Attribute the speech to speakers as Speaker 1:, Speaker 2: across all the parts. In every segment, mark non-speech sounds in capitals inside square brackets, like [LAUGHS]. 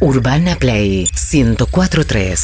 Speaker 1: Urbana Play 1043.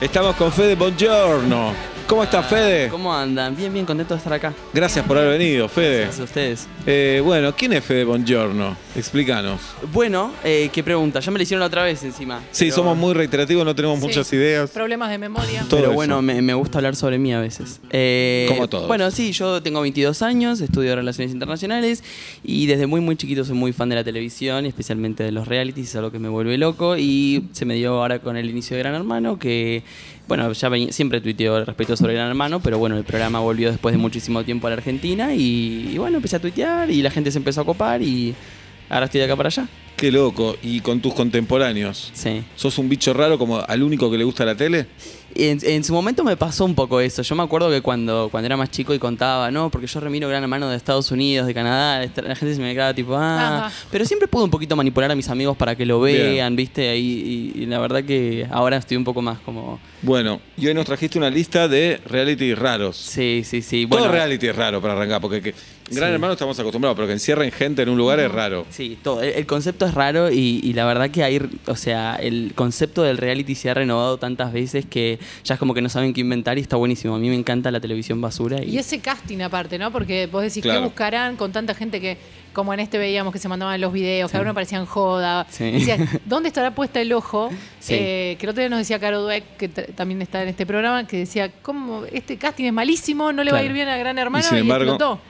Speaker 2: Estamos con Fede Bongiorno. ¿Cómo estás, Fede?
Speaker 3: ¿Cómo andan? Bien, bien, contento de estar acá.
Speaker 2: Gracias por haber venido, Fede.
Speaker 3: Gracias a ustedes.
Speaker 2: Eh, bueno, ¿quién es Fede Bongiorno? Explícanos.
Speaker 3: Bueno, eh, qué pregunta. Ya me la hicieron otra vez encima.
Speaker 2: Sí,
Speaker 3: Pero-
Speaker 2: somos muy reiterativos, no tenemos
Speaker 4: Sí.
Speaker 2: muchas ideas.
Speaker 4: Problemas de memoria.
Speaker 2: todo
Speaker 3: Pero
Speaker 2: eso.
Speaker 3: bueno, me, me gusta hablar sobre mí a veces. Eh,
Speaker 2: Como todos.
Speaker 3: Bueno, sí, yo tengo 22 años, estudio Relaciones Internacionales y desde muy, muy chiquito soy muy fan de la televisión, y especialmente de los realities, es algo que me vuelve loco y se me dio ahora con el inicio de Gran Hermano que, bueno, ya venía- siempre tuiteo al respecto sobre Gran Hermano, pero bueno, el programa volvió después de muchísimo tiempo a la Argentina y, y bueno, empecé a tuitear y la gente se empezó a copar y ahora estoy de acá para allá.
Speaker 2: Qué loco. Y con tus contemporáneos.
Speaker 3: Sí.
Speaker 2: ¿Sos un bicho raro como al único que le gusta la tele?
Speaker 3: En, en su momento me pasó un poco eso. Yo me acuerdo que cuando, cuando era más chico y contaba, no, porque yo remiro Gran Hermano de Estados Unidos, de Canadá, de esta- la gente se me quedaba tipo, ah.
Speaker 4: Ajá.
Speaker 3: Pero siempre pude un poquito manipular a mis amigos para que lo
Speaker 2: Bien.
Speaker 3: vean, ¿viste? Ahí, y, y la verdad que ahora estoy un poco más como.
Speaker 2: Bueno, y hoy nos trajiste una lista de reality raros.
Speaker 3: Sí, sí, sí.
Speaker 2: Todo
Speaker 3: Bueno,
Speaker 2: reality es raro para arrancar, porque que- Gran
Speaker 3: Sí.
Speaker 2: Hermano estamos acostumbrados, pero que encierren gente en un lugar es raro.
Speaker 3: Sí, todo. El, el concepto es raro y, y la verdad que hay, o sea, el concepto del reality se ha renovado tantas veces que ya es como que no saben qué inventar y está buenísimo. A mí me encanta la televisión basura. Y,
Speaker 4: Y ese casting aparte, ¿no? Porque vos decís,
Speaker 2: Claro.
Speaker 4: ¿qué buscarán con tanta gente que, como en este veíamos que se mandaban los videos,
Speaker 3: Sí.
Speaker 4: que ahora no parecían joda?
Speaker 3: Sí.
Speaker 4: Decías, ¿dónde estará puesta el ojo?
Speaker 3: Sí.
Speaker 4: Eh, que el otro día nos decía Caro Dweck, que t- también está en este programa, que decía, ¿cómo este casting es malísimo? No le va a
Speaker 3: Claro.
Speaker 4: ir bien a Gran Hermano
Speaker 2: Y
Speaker 4: y,
Speaker 2: sin embargo-
Speaker 4: explotó.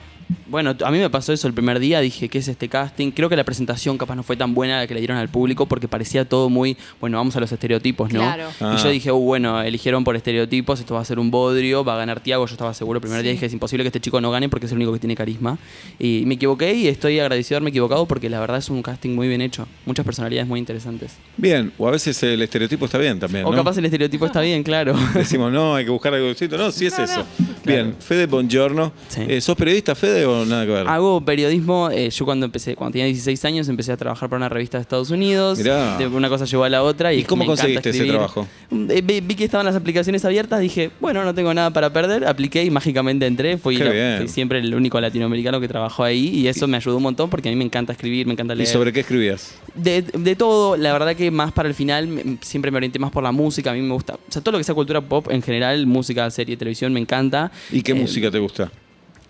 Speaker 3: Bueno, t- a mí me pasó eso el primer día, dije, ¿qué es este casting? Creo que la presentación capaz no fue tan buena la que le dieron al público porque parecía todo muy, bueno, vamos a los estereotipos, ¿no?
Speaker 4: Claro.
Speaker 2: Ah.
Speaker 3: Y yo dije, "Uh, bueno, eligieron por estereotipos, esto va a ser un bodrio, va a ganar Tiago, yo estaba seguro el primer día,
Speaker 4: Sí.
Speaker 3: dije, es imposible que este chico no gane porque es el único que tiene carisma. Y me equivoqué y estoy agradecido de haberme equivocado porque la verdad es un casting muy bien hecho, muchas personalidades muy interesantes.
Speaker 2: Bien, o a veces el estereotipo está bien también.
Speaker 3: O
Speaker 2: ¿no?
Speaker 3: capaz el estereotipo está bien, claro.
Speaker 2: Decimos, no, hay que buscar algo distinto. No, sí es
Speaker 4: No, no.
Speaker 2: eso. Bien, Fede Bongiorno.
Speaker 3: Sí.
Speaker 2: Eh, ¿Sos periodista, Fede, o nada que ver?
Speaker 3: Hago periodismo. eh, yo cuando empecé, cuando tenía 16 años, empecé a trabajar para una revista de Estados Unidos.
Speaker 2: Mirá.
Speaker 3: De- Una cosa llevó a la otra. ¿Y,
Speaker 2: ¿Y cómo
Speaker 3: me encanta
Speaker 2: conseguiste ese
Speaker 3: escribir.
Speaker 2: trabajo?
Speaker 3: Eh, vi, vi que estaban las aplicaciones abiertas. Dije, bueno, no tengo nada para perder. Apliqué y mágicamente entré. Fui,
Speaker 2: Qué
Speaker 3: la-
Speaker 2: bien.
Speaker 3: fui siempre el único latinoamericano que trabajó ahí. Y eso me ayudó un montón porque a mí me encanta escribir, me encanta
Speaker 2: ¿Y
Speaker 3: leer.
Speaker 2: sobre qué escribías?
Speaker 3: De, de todo, la verdad que más para el final me- siempre me orienté más por la música, a mí me gusta, o sea, todo lo que sea cultura pop en general, música, serie, televisión, me encanta.
Speaker 2: ¿Y qué
Speaker 3: Eh,
Speaker 2: música te gusta?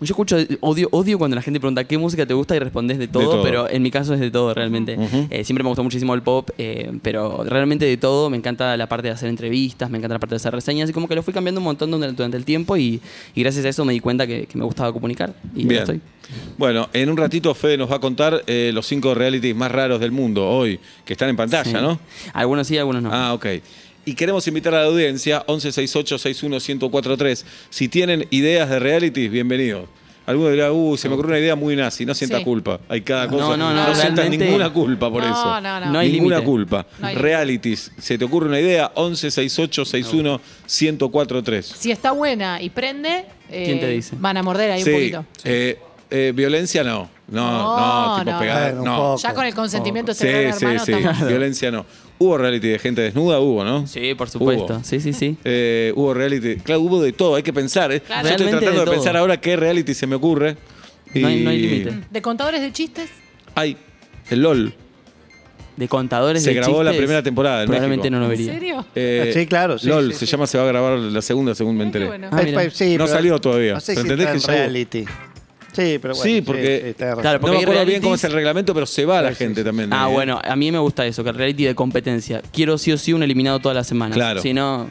Speaker 3: yo escucho, odio, odio cuando la gente pregunta qué música te gusta y respondes de todo,
Speaker 2: todo.
Speaker 3: pero en mi caso es de todo realmente.
Speaker 2: Ujú.
Speaker 3: Eh, siempre me gustó muchísimo el pop, eh, pero realmente de todo. Me encanta la parte de hacer entrevistas, me encanta la parte de hacer reseñas y como que lo fui cambiando un montón durante, durante el tiempo y, y gracias a eso me di cuenta que, que me gustaba comunicar. Y acá
Speaker 2: Bien.
Speaker 3: estoy.
Speaker 2: Bueno, en un ratito Fede nos va a contar eh, los cinco realities más raros del mundo hoy, que están en pantalla,
Speaker 3: Sí.
Speaker 2: ¿no?
Speaker 3: Algunos sí, algunos no.
Speaker 2: Ah, ok. Y queremos invitar a la audiencia 1168-61-1043. Si tienen ideas de realities, bienvenidos. Alguno dirá, uh, se me ocurrió una idea muy nazi, no sienta
Speaker 4: Sí.
Speaker 2: culpa. Hay cada
Speaker 3: No,
Speaker 2: cosa.
Speaker 3: no, no,
Speaker 2: sientas
Speaker 3: realmente-
Speaker 2: ninguna culpa por
Speaker 4: No,
Speaker 2: eso.
Speaker 4: no, no.
Speaker 3: No hay
Speaker 2: ninguna
Speaker 3: límite.
Speaker 2: culpa.
Speaker 4: No hay límite.
Speaker 2: realities, ¿se te ocurre una idea? 1168-61-1043.
Speaker 4: Si está buena y prende, eh,
Speaker 3: ¿Quién te dice?
Speaker 4: van a morder ahí
Speaker 2: Sí,
Speaker 4: un poquito.
Speaker 2: eh, eh, violencia no. No, no,
Speaker 4: No,
Speaker 2: tipo
Speaker 4: no.
Speaker 2: pegar.
Speaker 5: Bueno, un
Speaker 2: No.
Speaker 5: poco.
Speaker 4: Ya con el consentimiento de
Speaker 2: Sí,
Speaker 4: este gran
Speaker 2: sí,
Speaker 4: hermano
Speaker 2: sí. [LAUGHS]
Speaker 4: estamos-
Speaker 2: Violencia no. Hubo reality de gente desnuda, hubo, ¿no?
Speaker 3: Sí, por supuesto.
Speaker 2: Hubo.
Speaker 3: Sí, sí, sí.
Speaker 2: Eh, hubo reality. Claro, hubo de todo, hay que pensar. ¿eh?
Speaker 4: Claro.
Speaker 2: Yo estoy
Speaker 3: Realmente
Speaker 2: tratando de,
Speaker 3: de todo.
Speaker 2: pensar ahora qué reality se me ocurre.
Speaker 3: No hay- no hay límite.
Speaker 4: ¿De contadores de chistes?
Speaker 2: Ay, el LOL.
Speaker 3: De contadores
Speaker 2: Se
Speaker 3: de
Speaker 2: grabó la
Speaker 3: chistes,
Speaker 2: primera temporada en
Speaker 3: Probablemente
Speaker 2: México.
Speaker 3: no lo
Speaker 4: ¿En
Speaker 3: vería.
Speaker 4: serio?
Speaker 2: Eh,
Speaker 5: Sí, claro, sí,
Speaker 2: LOL
Speaker 5: sí,
Speaker 2: se
Speaker 5: sí.
Speaker 2: llama, se va a grabar la segunda, según me
Speaker 4: Ay, qué
Speaker 2: enteré.
Speaker 4: bueno.
Speaker 3: Ah,
Speaker 5: Es
Speaker 3: mira.
Speaker 5: pa- sí,
Speaker 2: No
Speaker 5: pero-
Speaker 2: salió todavía.
Speaker 5: No sé
Speaker 2: Pero
Speaker 5: si
Speaker 2: entendés
Speaker 5: está
Speaker 2: que
Speaker 5: en
Speaker 2: ya hubo.
Speaker 5: reality. Sí, pero bueno.
Speaker 2: Sí, porque-
Speaker 5: está razón.
Speaker 3: Claro,
Speaker 2: no
Speaker 3: porque
Speaker 2: me
Speaker 3: hay
Speaker 2: acuerdo bien
Speaker 3: realities-
Speaker 2: cómo es el reglamento, pero se va la
Speaker 5: Sí, sí,
Speaker 2: gente
Speaker 5: sí.
Speaker 2: también.
Speaker 3: Ah,
Speaker 2: eh.
Speaker 3: bueno, a mí me gusta eso, que el reality de competencia. Quiero sí o sí un eliminado todas las semanas.
Speaker 2: Claro.
Speaker 3: Si no,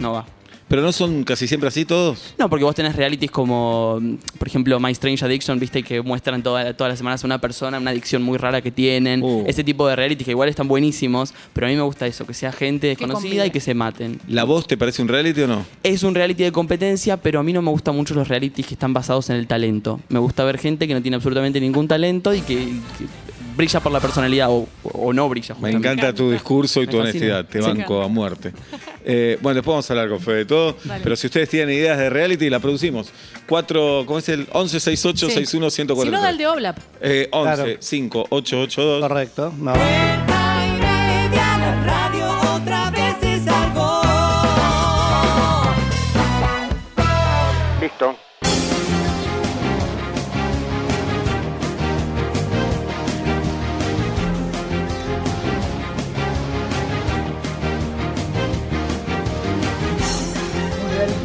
Speaker 3: no va.
Speaker 2: Pero no son casi siempre así todos.
Speaker 3: No, porque vos tenés realities como, mm, por ejemplo, My Strange Addiction, viste, que muestran toda- todas las semanas a una persona, una adicción muy rara que tienen.
Speaker 2: Uh.
Speaker 3: Ese tipo de realities que igual están buenísimos, pero a mí me gusta eso, que sea gente desconocida
Speaker 4: combine.
Speaker 3: y que se maten.
Speaker 2: ¿La voz te parece un reality o no?
Speaker 3: Es un reality de competencia, pero a mí no me gustan mucho los realities que están basados en el talento. Me gusta ver gente que no tiene absolutamente ningún talento y que, que brilla por la personalidad o, o no brilla.
Speaker 2: Me
Speaker 3: justamente.
Speaker 2: encanta tu discurso y
Speaker 3: Me
Speaker 2: tu
Speaker 3: fascina.
Speaker 2: honestidad. Te
Speaker 3: Sí.
Speaker 2: banco a muerte. Eh, bueno, después vamos a hablar con Fede de todo. Pero si ustedes tienen ideas de reality, la producimos. 4, ¿cómo es el? 11 68 61
Speaker 4: Si no, da el
Speaker 2: 143.
Speaker 4: de Oblap.
Speaker 2: Eh, 11
Speaker 5: Claro.
Speaker 2: 5 8 8 2.
Speaker 5: Correcto. No.
Speaker 6: Vuelta y media, la radio otra vez es algo.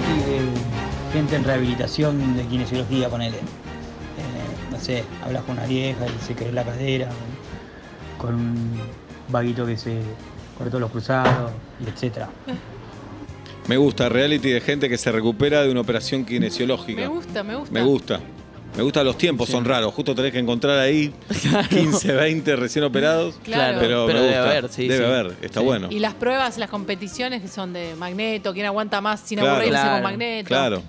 Speaker 7: especialmente en rehabilitación de kinesiología, ponele. Eh, no sé, hablas con una vieja y se quebró la cadera, o con un vaguito que se cortó los cruzados, y etcétera.
Speaker 2: Me gusta, reality de gente que se recupera de una operación kinesiológica.
Speaker 4: Me gusta, me gusta.
Speaker 2: Me gusta. Me gustan los tiempos, son raros. Justo tenés que encontrar
Speaker 3: [LAUGHS]
Speaker 2: ahí 15, 20 recién operados.
Speaker 4: Claro.
Speaker 2: Pero, me
Speaker 3: debe
Speaker 2: gusta.
Speaker 3: haber, sí.
Speaker 2: Debe
Speaker 3: sí.
Speaker 2: haber, está
Speaker 3: Sí.
Speaker 2: bueno.
Speaker 4: Y las pruebas, las competiciones que son de magneto, quién aguanta más sin
Speaker 2: Claro.
Speaker 4: aburrirse
Speaker 3: Claro.
Speaker 4: con magneto.
Speaker 2: Claro.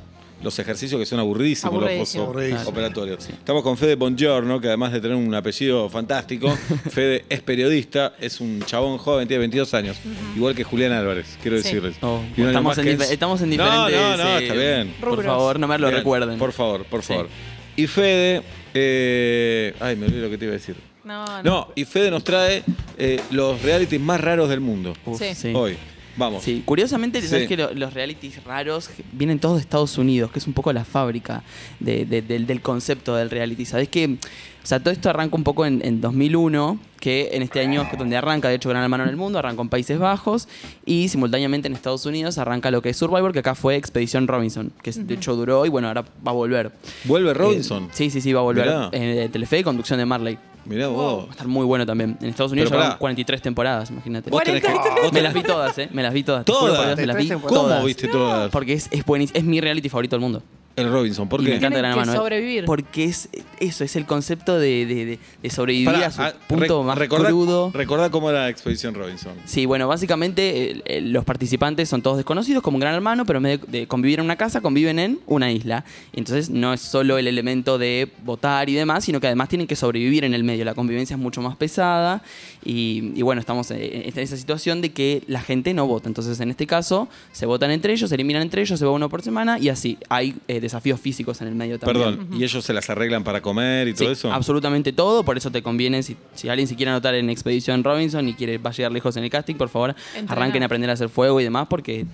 Speaker 2: Los ejercicios que son aburridísimos,
Speaker 4: Aburridísimo.
Speaker 2: los
Speaker 8: Aburridísimo.
Speaker 2: posos operatorios. Estamos con Fede Bongiorno, que además de tener un apellido fantástico,
Speaker 3: [LAUGHS]
Speaker 2: Fede es periodista, es un chabón joven, tiene 22 años, igual que Julián Álvarez, quiero
Speaker 4: Sí.
Speaker 2: decirles.
Speaker 3: Oh,
Speaker 2: Y un año
Speaker 3: estamos,
Speaker 2: más
Speaker 3: en
Speaker 2: que
Speaker 3: dife-
Speaker 2: es-
Speaker 3: estamos en
Speaker 2: No,
Speaker 3: diferentes.
Speaker 2: no, no,
Speaker 3: eh,
Speaker 2: está bien.
Speaker 3: Por
Speaker 4: Rubros.
Speaker 3: favor, no me lo
Speaker 2: Bien,
Speaker 3: recuerden.
Speaker 2: Por favor, por
Speaker 3: Sí.
Speaker 2: favor. Y Fede. eh, ay, me olvidé lo que te iba a decir.
Speaker 3: Ah,
Speaker 4: No, no.
Speaker 2: No, y Fede nos trae eh, los realities más raros del mundo.
Speaker 3: Uf,
Speaker 4: Sí.
Speaker 3: sí.
Speaker 2: Hoy. Vamos.
Speaker 3: Sí, curiosamente,
Speaker 2: Sí.
Speaker 3: sabes que lo- los realities raros vienen todos de Estados Unidos, que es un poco la fábrica de- de- del- del concepto del reality. Sabes que, o sea, todo esto arranca un poco en, en 2001, que en este año es donde arranca, de hecho, Gran Hermano en el mundo, arrancó en Países Bajos y simultáneamente en Estados Unidos arranca lo que es Survivor, que acá fue Expedición Robinson, que es- de hecho duró y bueno, ahora va a volver.
Speaker 2: Vuelve Robinson.
Speaker 3: Eh, sí, sí, sí, va a volver.
Speaker 2: Mirá.
Speaker 3: Eh, de Telefe y conducción de Marley.
Speaker 2: Mirá
Speaker 3: Va
Speaker 2: vos.
Speaker 3: a estar muy bueno también. En Estados Unidos
Speaker 2: Pero
Speaker 3: llevan
Speaker 2: pará.
Speaker 3: 43 temporadas, imagínate.
Speaker 2: Vos tenés que- vos
Speaker 3: Me
Speaker 2: tenés-
Speaker 3: las vi todas, ¿eh? Me las vi todas. te juro
Speaker 2: ¿Todas?
Speaker 3: por Dios, me las vi
Speaker 5: ¿Cómo
Speaker 2: ¿Cómo
Speaker 3: todas.
Speaker 2: viste todas?
Speaker 3: Porque es, es buenísimo. Es mi reality favorito del mundo.
Speaker 2: El Robinson, ¿por
Speaker 3: Y me
Speaker 2: qué?
Speaker 3: encanta
Speaker 4: Tienen
Speaker 3: Gran
Speaker 4: que
Speaker 3: Hermano.
Speaker 4: sobrevivir.
Speaker 3: Porque es eso, es el concepto de, de- de- de sobrevivir
Speaker 2: Pará,
Speaker 3: a su
Speaker 2: ah,
Speaker 3: punto
Speaker 2: re-
Speaker 3: más
Speaker 2: recordá-
Speaker 3: crudo.
Speaker 2: Recordá cómo era la Expedición Robinson.
Speaker 3: Sí, bueno, básicamente eh, eh, los participantes son todos desconocidos, como un gran hermano, pero en vez de, de convivir en una casa, conviven en una isla. Y Entonces no es solo el elemento de votar y demás, sino que además tienen que sobrevivir en el medio. La convivencia es mucho más pesada y, y bueno, estamos eh, en esa situación de que la gente no vota. Entonces en este caso se votan entre ellos, se eliminan entre ellos, se va uno por semana y así. Hay eh, desafíos físicos en el medio también.
Speaker 2: Perdón, ¿y ellos se las arreglan para comer y todo
Speaker 3: Sí,
Speaker 2: eso?
Speaker 3: absolutamente todo, por eso te conviene, si, si alguien se quiere anotar en Expedición Robinson y quiere, va a llegar lejos en el casting, por favor,
Speaker 4: Entrenar.
Speaker 3: arranquen a aprender a hacer fuego y demás porque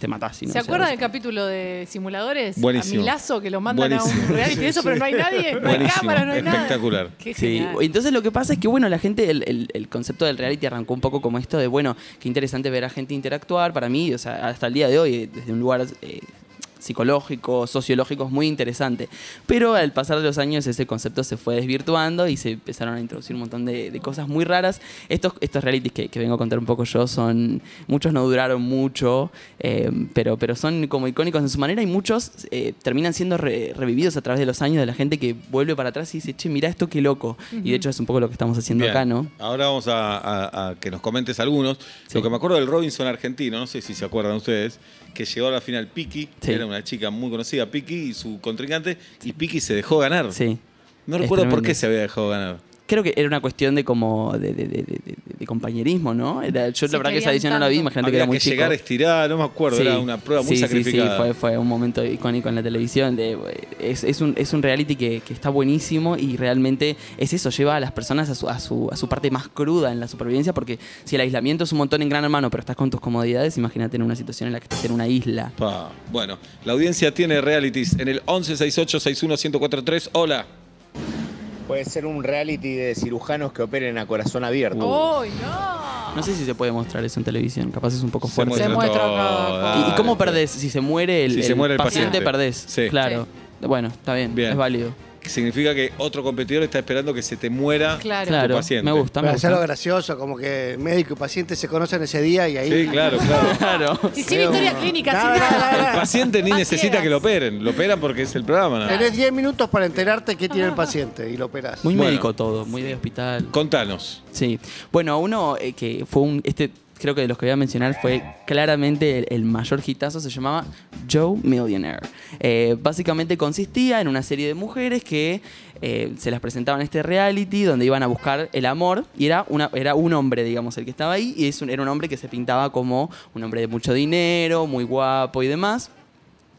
Speaker 3: te matás. si no,
Speaker 4: ¿Se
Speaker 3: o sea,
Speaker 4: acuerdan del capítulo de simuladores?
Speaker 2: Buenísimo.
Speaker 4: A Milazo que lo mandan a
Speaker 2: Buenísimo.
Speaker 4: un reality de eso, pero no hay nadie, no hay
Speaker 2: Buenísimo,
Speaker 4: cámara, no hay nada.
Speaker 2: espectacular.
Speaker 4: Qué
Speaker 3: Sí,
Speaker 4: genial.
Speaker 3: entonces lo que pasa es que, bueno, la gente, el, el- el concepto del reality arrancó un poco como esto de, bueno, qué interesante ver a gente interactuar. Para mí, o sea, hasta el día de hoy, eh, desde un lugar eh, psicológico, sociológico, es muy interesante. Pero al pasar de los años, ese concepto se fue desvirtuando y se empezaron a introducir un montón de, de cosas muy raras. Estos, estos realities que, que vengo a contar un poco yo son. Muchos no duraron mucho, eh, pero, pero son como icónicos en su manera y muchos eh, terminan siendo re- revividos a través de los años de la gente que vuelve para atrás y dice, che, mirá esto qué loco. Y de hecho es un poco lo que estamos haciendo
Speaker 2: Bien.
Speaker 3: acá, ¿no?
Speaker 2: Ahora vamos a, a- a que nos comentes algunos. Lo que me acuerdo del Robinson argentino, no sé si se acuerdan ustedes, que llegó a la final Piki,
Speaker 3: Sí.
Speaker 2: era una chica muy conocida, Piki y su contrincante, y Piki se dejó ganar.
Speaker 3: Sí.
Speaker 2: No
Speaker 3: Es
Speaker 2: recuerdo por
Speaker 3: tremendo.
Speaker 2: qué se había dejado ganar.
Speaker 3: Creo que era una cuestión de como de, de- de- de- de- de compañerismo, ¿no? Era, yo
Speaker 4: Sí,
Speaker 3: la verdad que esa
Speaker 4: querían
Speaker 3: edición no la vi,
Speaker 4: tanto.
Speaker 3: imagínate que
Speaker 2: Había
Speaker 3: era
Speaker 2: que,
Speaker 3: muy chico.
Speaker 2: llegar estirada, no me acuerdo,
Speaker 3: Sí.
Speaker 2: era una prueba muy
Speaker 3: Sí, sí, sí,
Speaker 2: sacrificada.
Speaker 3: fue, fue un momento icónico en la televisión. de- es, es un, es un reality que, que está buenísimo y realmente es eso, lleva a las personas a su, a, su, a su parte más cruda en la supervivencia, porque si el aislamiento es un montón en Gran Hermano, pero estás con tus comodidades, imagínate en una situación en la que estás en una isla.
Speaker 2: Pa. Bueno, la audiencia tiene realities en el 1168-61-1043. Hola.
Speaker 9: Puede ser un reality de cirujanos que operen a corazón abierto.
Speaker 8: Oh.
Speaker 4: ¡Uy, no!
Speaker 3: No sé si se puede mostrar eso en televisión, capaz es un poco fuerte.
Speaker 4: muestra. Se muestra
Speaker 2: todo.
Speaker 4: acá.
Speaker 3: ¿Y, y cómo
Speaker 2: Dale,
Speaker 3: perdés? Si se muere el,
Speaker 2: Si se muere el paciente.
Speaker 3: perdés.
Speaker 2: Sí.
Speaker 3: Claro. Bueno, está bien,
Speaker 2: Bien.
Speaker 3: es válido.
Speaker 2: Significa que otro competidor está esperando que se te muera.
Speaker 4: Claro.
Speaker 3: Claro,
Speaker 2: paciente.
Speaker 3: me gusta, me
Speaker 8: Para hacerlo
Speaker 3: gusta.
Speaker 8: gracioso, como que médico y paciente se conocen ese día y ahí.
Speaker 2: Sí, claro, claro.
Speaker 3: Claro.
Speaker 4: Y sin historia clínica,
Speaker 8: No,
Speaker 4: sin
Speaker 8: no,
Speaker 4: nada.
Speaker 8: no, no,
Speaker 2: El
Speaker 8: no.
Speaker 2: paciente ni
Speaker 4: Ah,
Speaker 2: necesita
Speaker 4: ciegas.
Speaker 2: que lo operen. Lo operan porque es el programa. nada más.
Speaker 8: Tenés 10 minutos para enterarte qué tiene el paciente y lo operás.
Speaker 3: Muy
Speaker 2: Bueno.
Speaker 3: médico todo, muy de hospital.
Speaker 2: Contanos.
Speaker 3: Sí. Bueno, uno eh, que fue un. Este, creo que de los que voy a mencionar fue claramente el, el mayor hitazo, se llamaba Joe Millionaire. Eh, básicamente consistía en una serie de mujeres que eh, se las presentaban en este reality donde iban a buscar el amor y era, una, era un hombre, digamos, el que estaba ahí y es un- era un hombre que se pintaba como un hombre de mucho dinero, muy guapo y demás.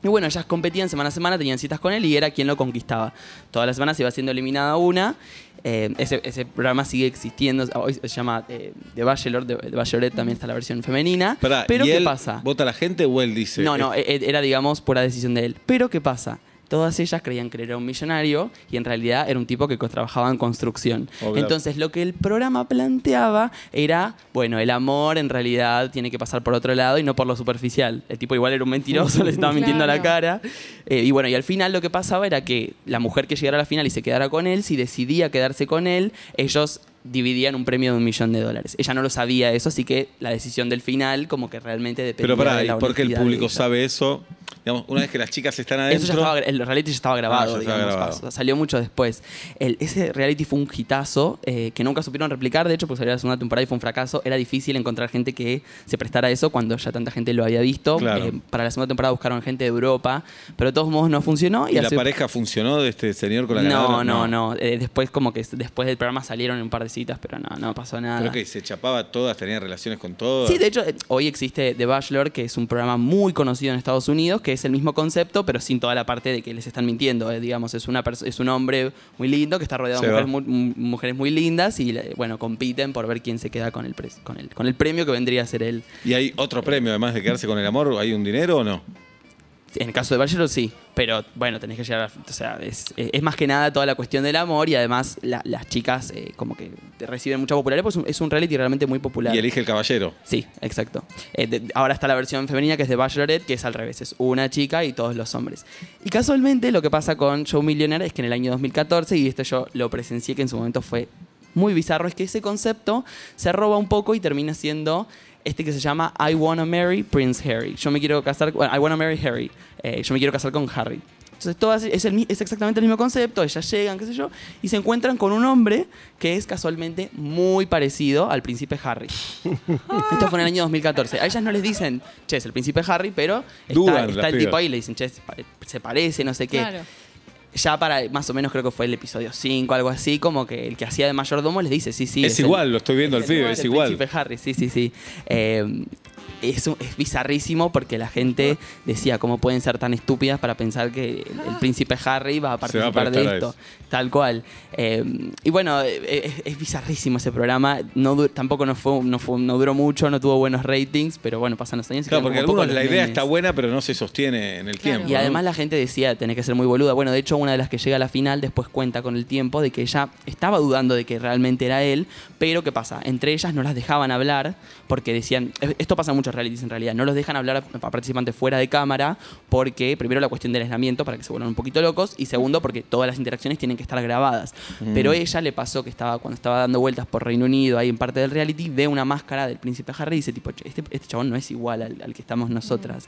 Speaker 3: Y bueno, ellas competían semana a semana, tenían citas con él y era quien lo conquistaba. Todas las semanas iba siendo eliminada una. Eh, ese, ese programa sigue existiendo. Hoy se llama eh, The Bachelor, The, The Bachelorette también está la versión femenina.
Speaker 2: Pará,
Speaker 3: Pero
Speaker 2: ¿y
Speaker 3: ¿qué
Speaker 2: él
Speaker 3: pasa?
Speaker 2: ¿Vota la gente o él dice? Eh,
Speaker 3: No, no, e- e- era digamos pura decisión de él. Pero ¿qué pasa? Todas ellas creían que él era un millonario y en realidad era un tipo que co- trabajaba en construcción.
Speaker 2: Obvio.
Speaker 3: Entonces lo que el programa planteaba era, bueno, el amor en realidad tiene que pasar por otro lado y no por lo superficial. El tipo igual era un mentiroso, le estaba mintiendo a la
Speaker 4: Claro.
Speaker 3: cara cara. Eh, y bueno, y al final lo que pasaba era que la mujer que llegara a la final y se quedara con él, si decidía quedarse con él, ellos dividían un premio de un millón de dólares. Ella no lo sabía eso, así que la decisión del final como que realmente dependía
Speaker 2: Pero pará,
Speaker 3: de
Speaker 2: ¿y
Speaker 3: la
Speaker 2: por qué el
Speaker 3: honestidad de
Speaker 2: público
Speaker 3: ella.
Speaker 2: sabe eso? Digamos, una vez que las chicas están adentro. Ah,
Speaker 3: Eso ya estaba, gra- el reality ya estaba grabado,
Speaker 2: ya estaba
Speaker 3: digamos,
Speaker 2: grabado.
Speaker 3: pasó- salió mucho después. El- ese reality fue un hitazo eh, que nunca supieron replicar, de hecho, porque salió la segunda temporada y fue un fracaso. Era difícil encontrar gente que se prestara a eso cuando ya tanta gente lo había visto.
Speaker 2: Claro.
Speaker 3: Eh, para la segunda temporada buscaron gente de Europa, pero de todos modos no funcionó.
Speaker 2: ¿Y
Speaker 3: Y,
Speaker 2: la
Speaker 3: hace-
Speaker 2: pareja funcionó de este señor con la
Speaker 3: no,
Speaker 2: ganadora?
Speaker 3: no, no. Eh, después como que s- después del programa salieron un par de citas, pero no, no pasó nada.
Speaker 2: Pero que se chapaba todas, tenía relaciones con todas.
Speaker 3: Sí, de hecho, eh, hoy existe The Bachelor, que es un programa muy conocido en Estados Unidos, que es el mismo concepto, pero sin toda la parte de que les están mintiendo. eh, digamos, es, una pers- es un hombre muy lindo que está rodeado de
Speaker 2: Se va.
Speaker 3: mujeres mu- mu- mujeres muy lindas y, eh, bueno, compiten por ver quién se queda con el, pres- con el, con el premio que vendría a ser él.
Speaker 2: ¿Y hay otro premio, además de quedarse con el amor? ¿Hay un dinero o no?
Speaker 3: En el caso de Bachelor, sí. Pero bueno, tenés que llegar a. O sea, es, eh, es más que nada toda la cuestión del amor y además la- las chicas, eh, como que te reciben mucha popularidad, pues es un- es un reality realmente muy popular.
Speaker 2: Y elige el caballero.
Speaker 3: Sí, exacto. Eh, de- ahora está la versión femenina que es de Bachelorette, que es al revés, es una chica y todos los hombres. Y casualmente lo que pasa con Show Millionaire es que en el año 2014, y esto yo lo presencié que en su momento fue muy bizarro, es que ese concepto se roba un poco y termina siendo este que se llama I Wanna Marry Prince Harry. Yo me quiero casar, bueno, I Wanna Marry Harry. Eh, yo me quiero casar con Harry. Entonces todas, es, el mi- es exactamente el mismo concepto, ellas llegan, qué sé yo, y se encuentran con un hombre que es casualmente muy parecido al príncipe Harry. Esto fue en el año 2014. A ellas no les dicen, che, es el príncipe Harry, pero está,
Speaker 2: Dudan
Speaker 3: está
Speaker 2: las
Speaker 3: el tipo
Speaker 2: pibas.
Speaker 3: ahí y le dicen, che, se pa- se parece, no sé qué.
Speaker 4: Claro.
Speaker 3: Ya para, más o menos creo que fue el episodio 5, algo así, como que el que hacía de mayordomo les dice, sí, sí.
Speaker 2: es, igual, lo estoy viendo al
Speaker 3: el-
Speaker 2: pibe, es igual.
Speaker 3: El príncipe Harry, sí, sí, sí. Eh, es, un- es bizarrísimo porque la gente decía cómo pueden ser tan estúpidas para pensar que el, el príncipe Harry va a
Speaker 2: Se va a
Speaker 3: participar de
Speaker 2: prestar a
Speaker 3: esto.
Speaker 2: eso.
Speaker 3: Tal cual. Eh, y bueno, eh, es, es bizarrísimo ese programa. No du- tampoco no fue, no fue- no duró mucho, no tuvo buenos ratings, pero bueno, pasan los años. y
Speaker 2: Claro,
Speaker 3: quedan
Speaker 2: porque
Speaker 3: como
Speaker 2: algunos
Speaker 3: pocos
Speaker 2: la
Speaker 3: los
Speaker 2: idea
Speaker 3: memes.
Speaker 2: está buena, pero no se sostiene en el
Speaker 4: Claro.
Speaker 2: tiempo.
Speaker 3: Y
Speaker 2: ¿no?
Speaker 3: además la gente decía, tenés que ser muy boluda. Bueno, de hecho, una de las que llega a la final después cuenta con el tiempo de que ella estaba dudando de que realmente era él, pero ¿qué pasa? Entre ellas no las dejaban hablar porque decían, esto pasa en muchos realities en realidad, no los dejan hablar a a participantes fuera de cámara porque, primero, la cuestión del aislamiento para que se vuelvan un poquito locos y segundo, porque todas las interacciones tienen que estar grabadas. Pero ella le pasó que estaba, cuando estaba dando vueltas por Reino Unido, ahí en parte del reality, ve una máscara del príncipe Harry y dice, tipo, "Che, este, este chabón no es igual al, al que estamos nosotras.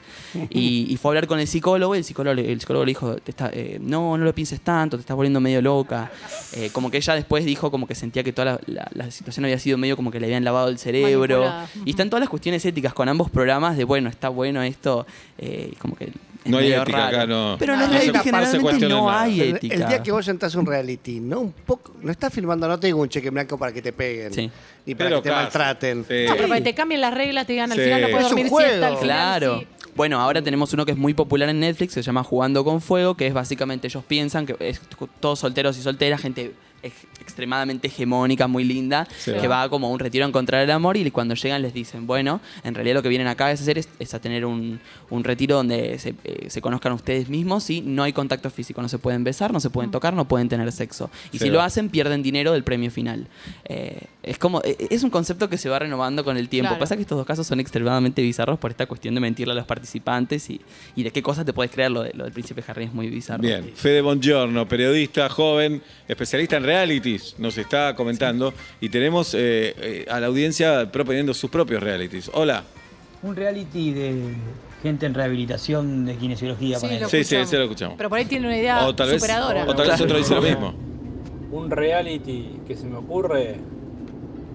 Speaker 3: Y, y fue a hablar con el psicólogo y el psicólogo, le- el psicólogo le dijo, "Te está- eh, no, no lo pienses tanto, te estás volviendo medio loca. Eh, como que ella después dijo como que sentía que toda la, la- la situación había sido medio como que le habían lavado el cerebro.
Speaker 4: Manipulada.
Speaker 3: Y están todas las cuestiones éticas con ambos programas de, bueno, está bueno esto, eh, como que... es
Speaker 2: No hay
Speaker 3: medio
Speaker 2: ética
Speaker 3: raro.
Speaker 2: acá, no.
Speaker 3: Pero en
Speaker 8: No
Speaker 3: los
Speaker 8: se-
Speaker 3: reality
Speaker 8: no se
Speaker 3: generalmente
Speaker 2: cuestiona
Speaker 3: no
Speaker 2: nada.
Speaker 3: hay
Speaker 8: El,
Speaker 3: ética.
Speaker 8: el día que vos sentás un reality, no un poco, no estás filmando, no te digo un cheque en blanco para que te peguen,
Speaker 3: Sí.
Speaker 8: ni para
Speaker 2: Pero
Speaker 8: que te
Speaker 2: casi.
Speaker 8: maltraten.
Speaker 2: Sí.
Speaker 4: No, pero para que te cambien las reglas, te digan al
Speaker 2: Sí.
Speaker 4: final no puedes
Speaker 8: Es un
Speaker 4: dormir siesta, al
Speaker 8: juego.
Speaker 4: final
Speaker 3: Claro.
Speaker 4: sí. Mm.
Speaker 3: Bueno, ahora tenemos uno que es muy popular en Netflix, que se llama Jugando con Fuego, que es básicamente ellos piensan que es todos solteros y solteras, gente ex- extremadamente hegemónica, muy linda,
Speaker 2: Sí.
Speaker 3: que va como a un retiro a encontrar el amor y cuando llegan les dicen, bueno, en realidad lo que vienen acá es hacer es, es a tener un, un retiro donde se, eh, se conozcan ustedes mismos y no hay contacto físico, no se pueden besar, no se
Speaker 4: Mm.
Speaker 3: pueden tocar, no pueden tener sexo. Y
Speaker 2: Sí.
Speaker 3: si lo hacen, pierden dinero del premio final. Eh, es como, eh, es un concepto que se va renovando con el tiempo.
Speaker 4: Claro.
Speaker 3: Pasa que estos dos casos son extremadamente bizarros por esta cuestión de mentirle a los participantes y, y de qué cosas te puedes creer. Lo, de- lo del príncipe Harry es muy bizarro.
Speaker 2: Bien, Fede Bongiorno, periodista joven, especialista en realities, nos está comentando y tenemos eh, eh, a la audiencia proponiendo sus propios realities. Hola.
Speaker 7: Un reality de gente en rehabilitación de kinesiología,
Speaker 4: Sí,
Speaker 7: ponele.
Speaker 4: lo
Speaker 2: Sí, sí,
Speaker 4: escuchamos.
Speaker 2: sí, lo escuchamos.
Speaker 4: Pero por ahí tiene una idea
Speaker 2: o tal vez,
Speaker 4: superadora.
Speaker 2: o tal vez otro dice lo mismo.
Speaker 4: [LAUGHS]
Speaker 10: un reality que se me ocurre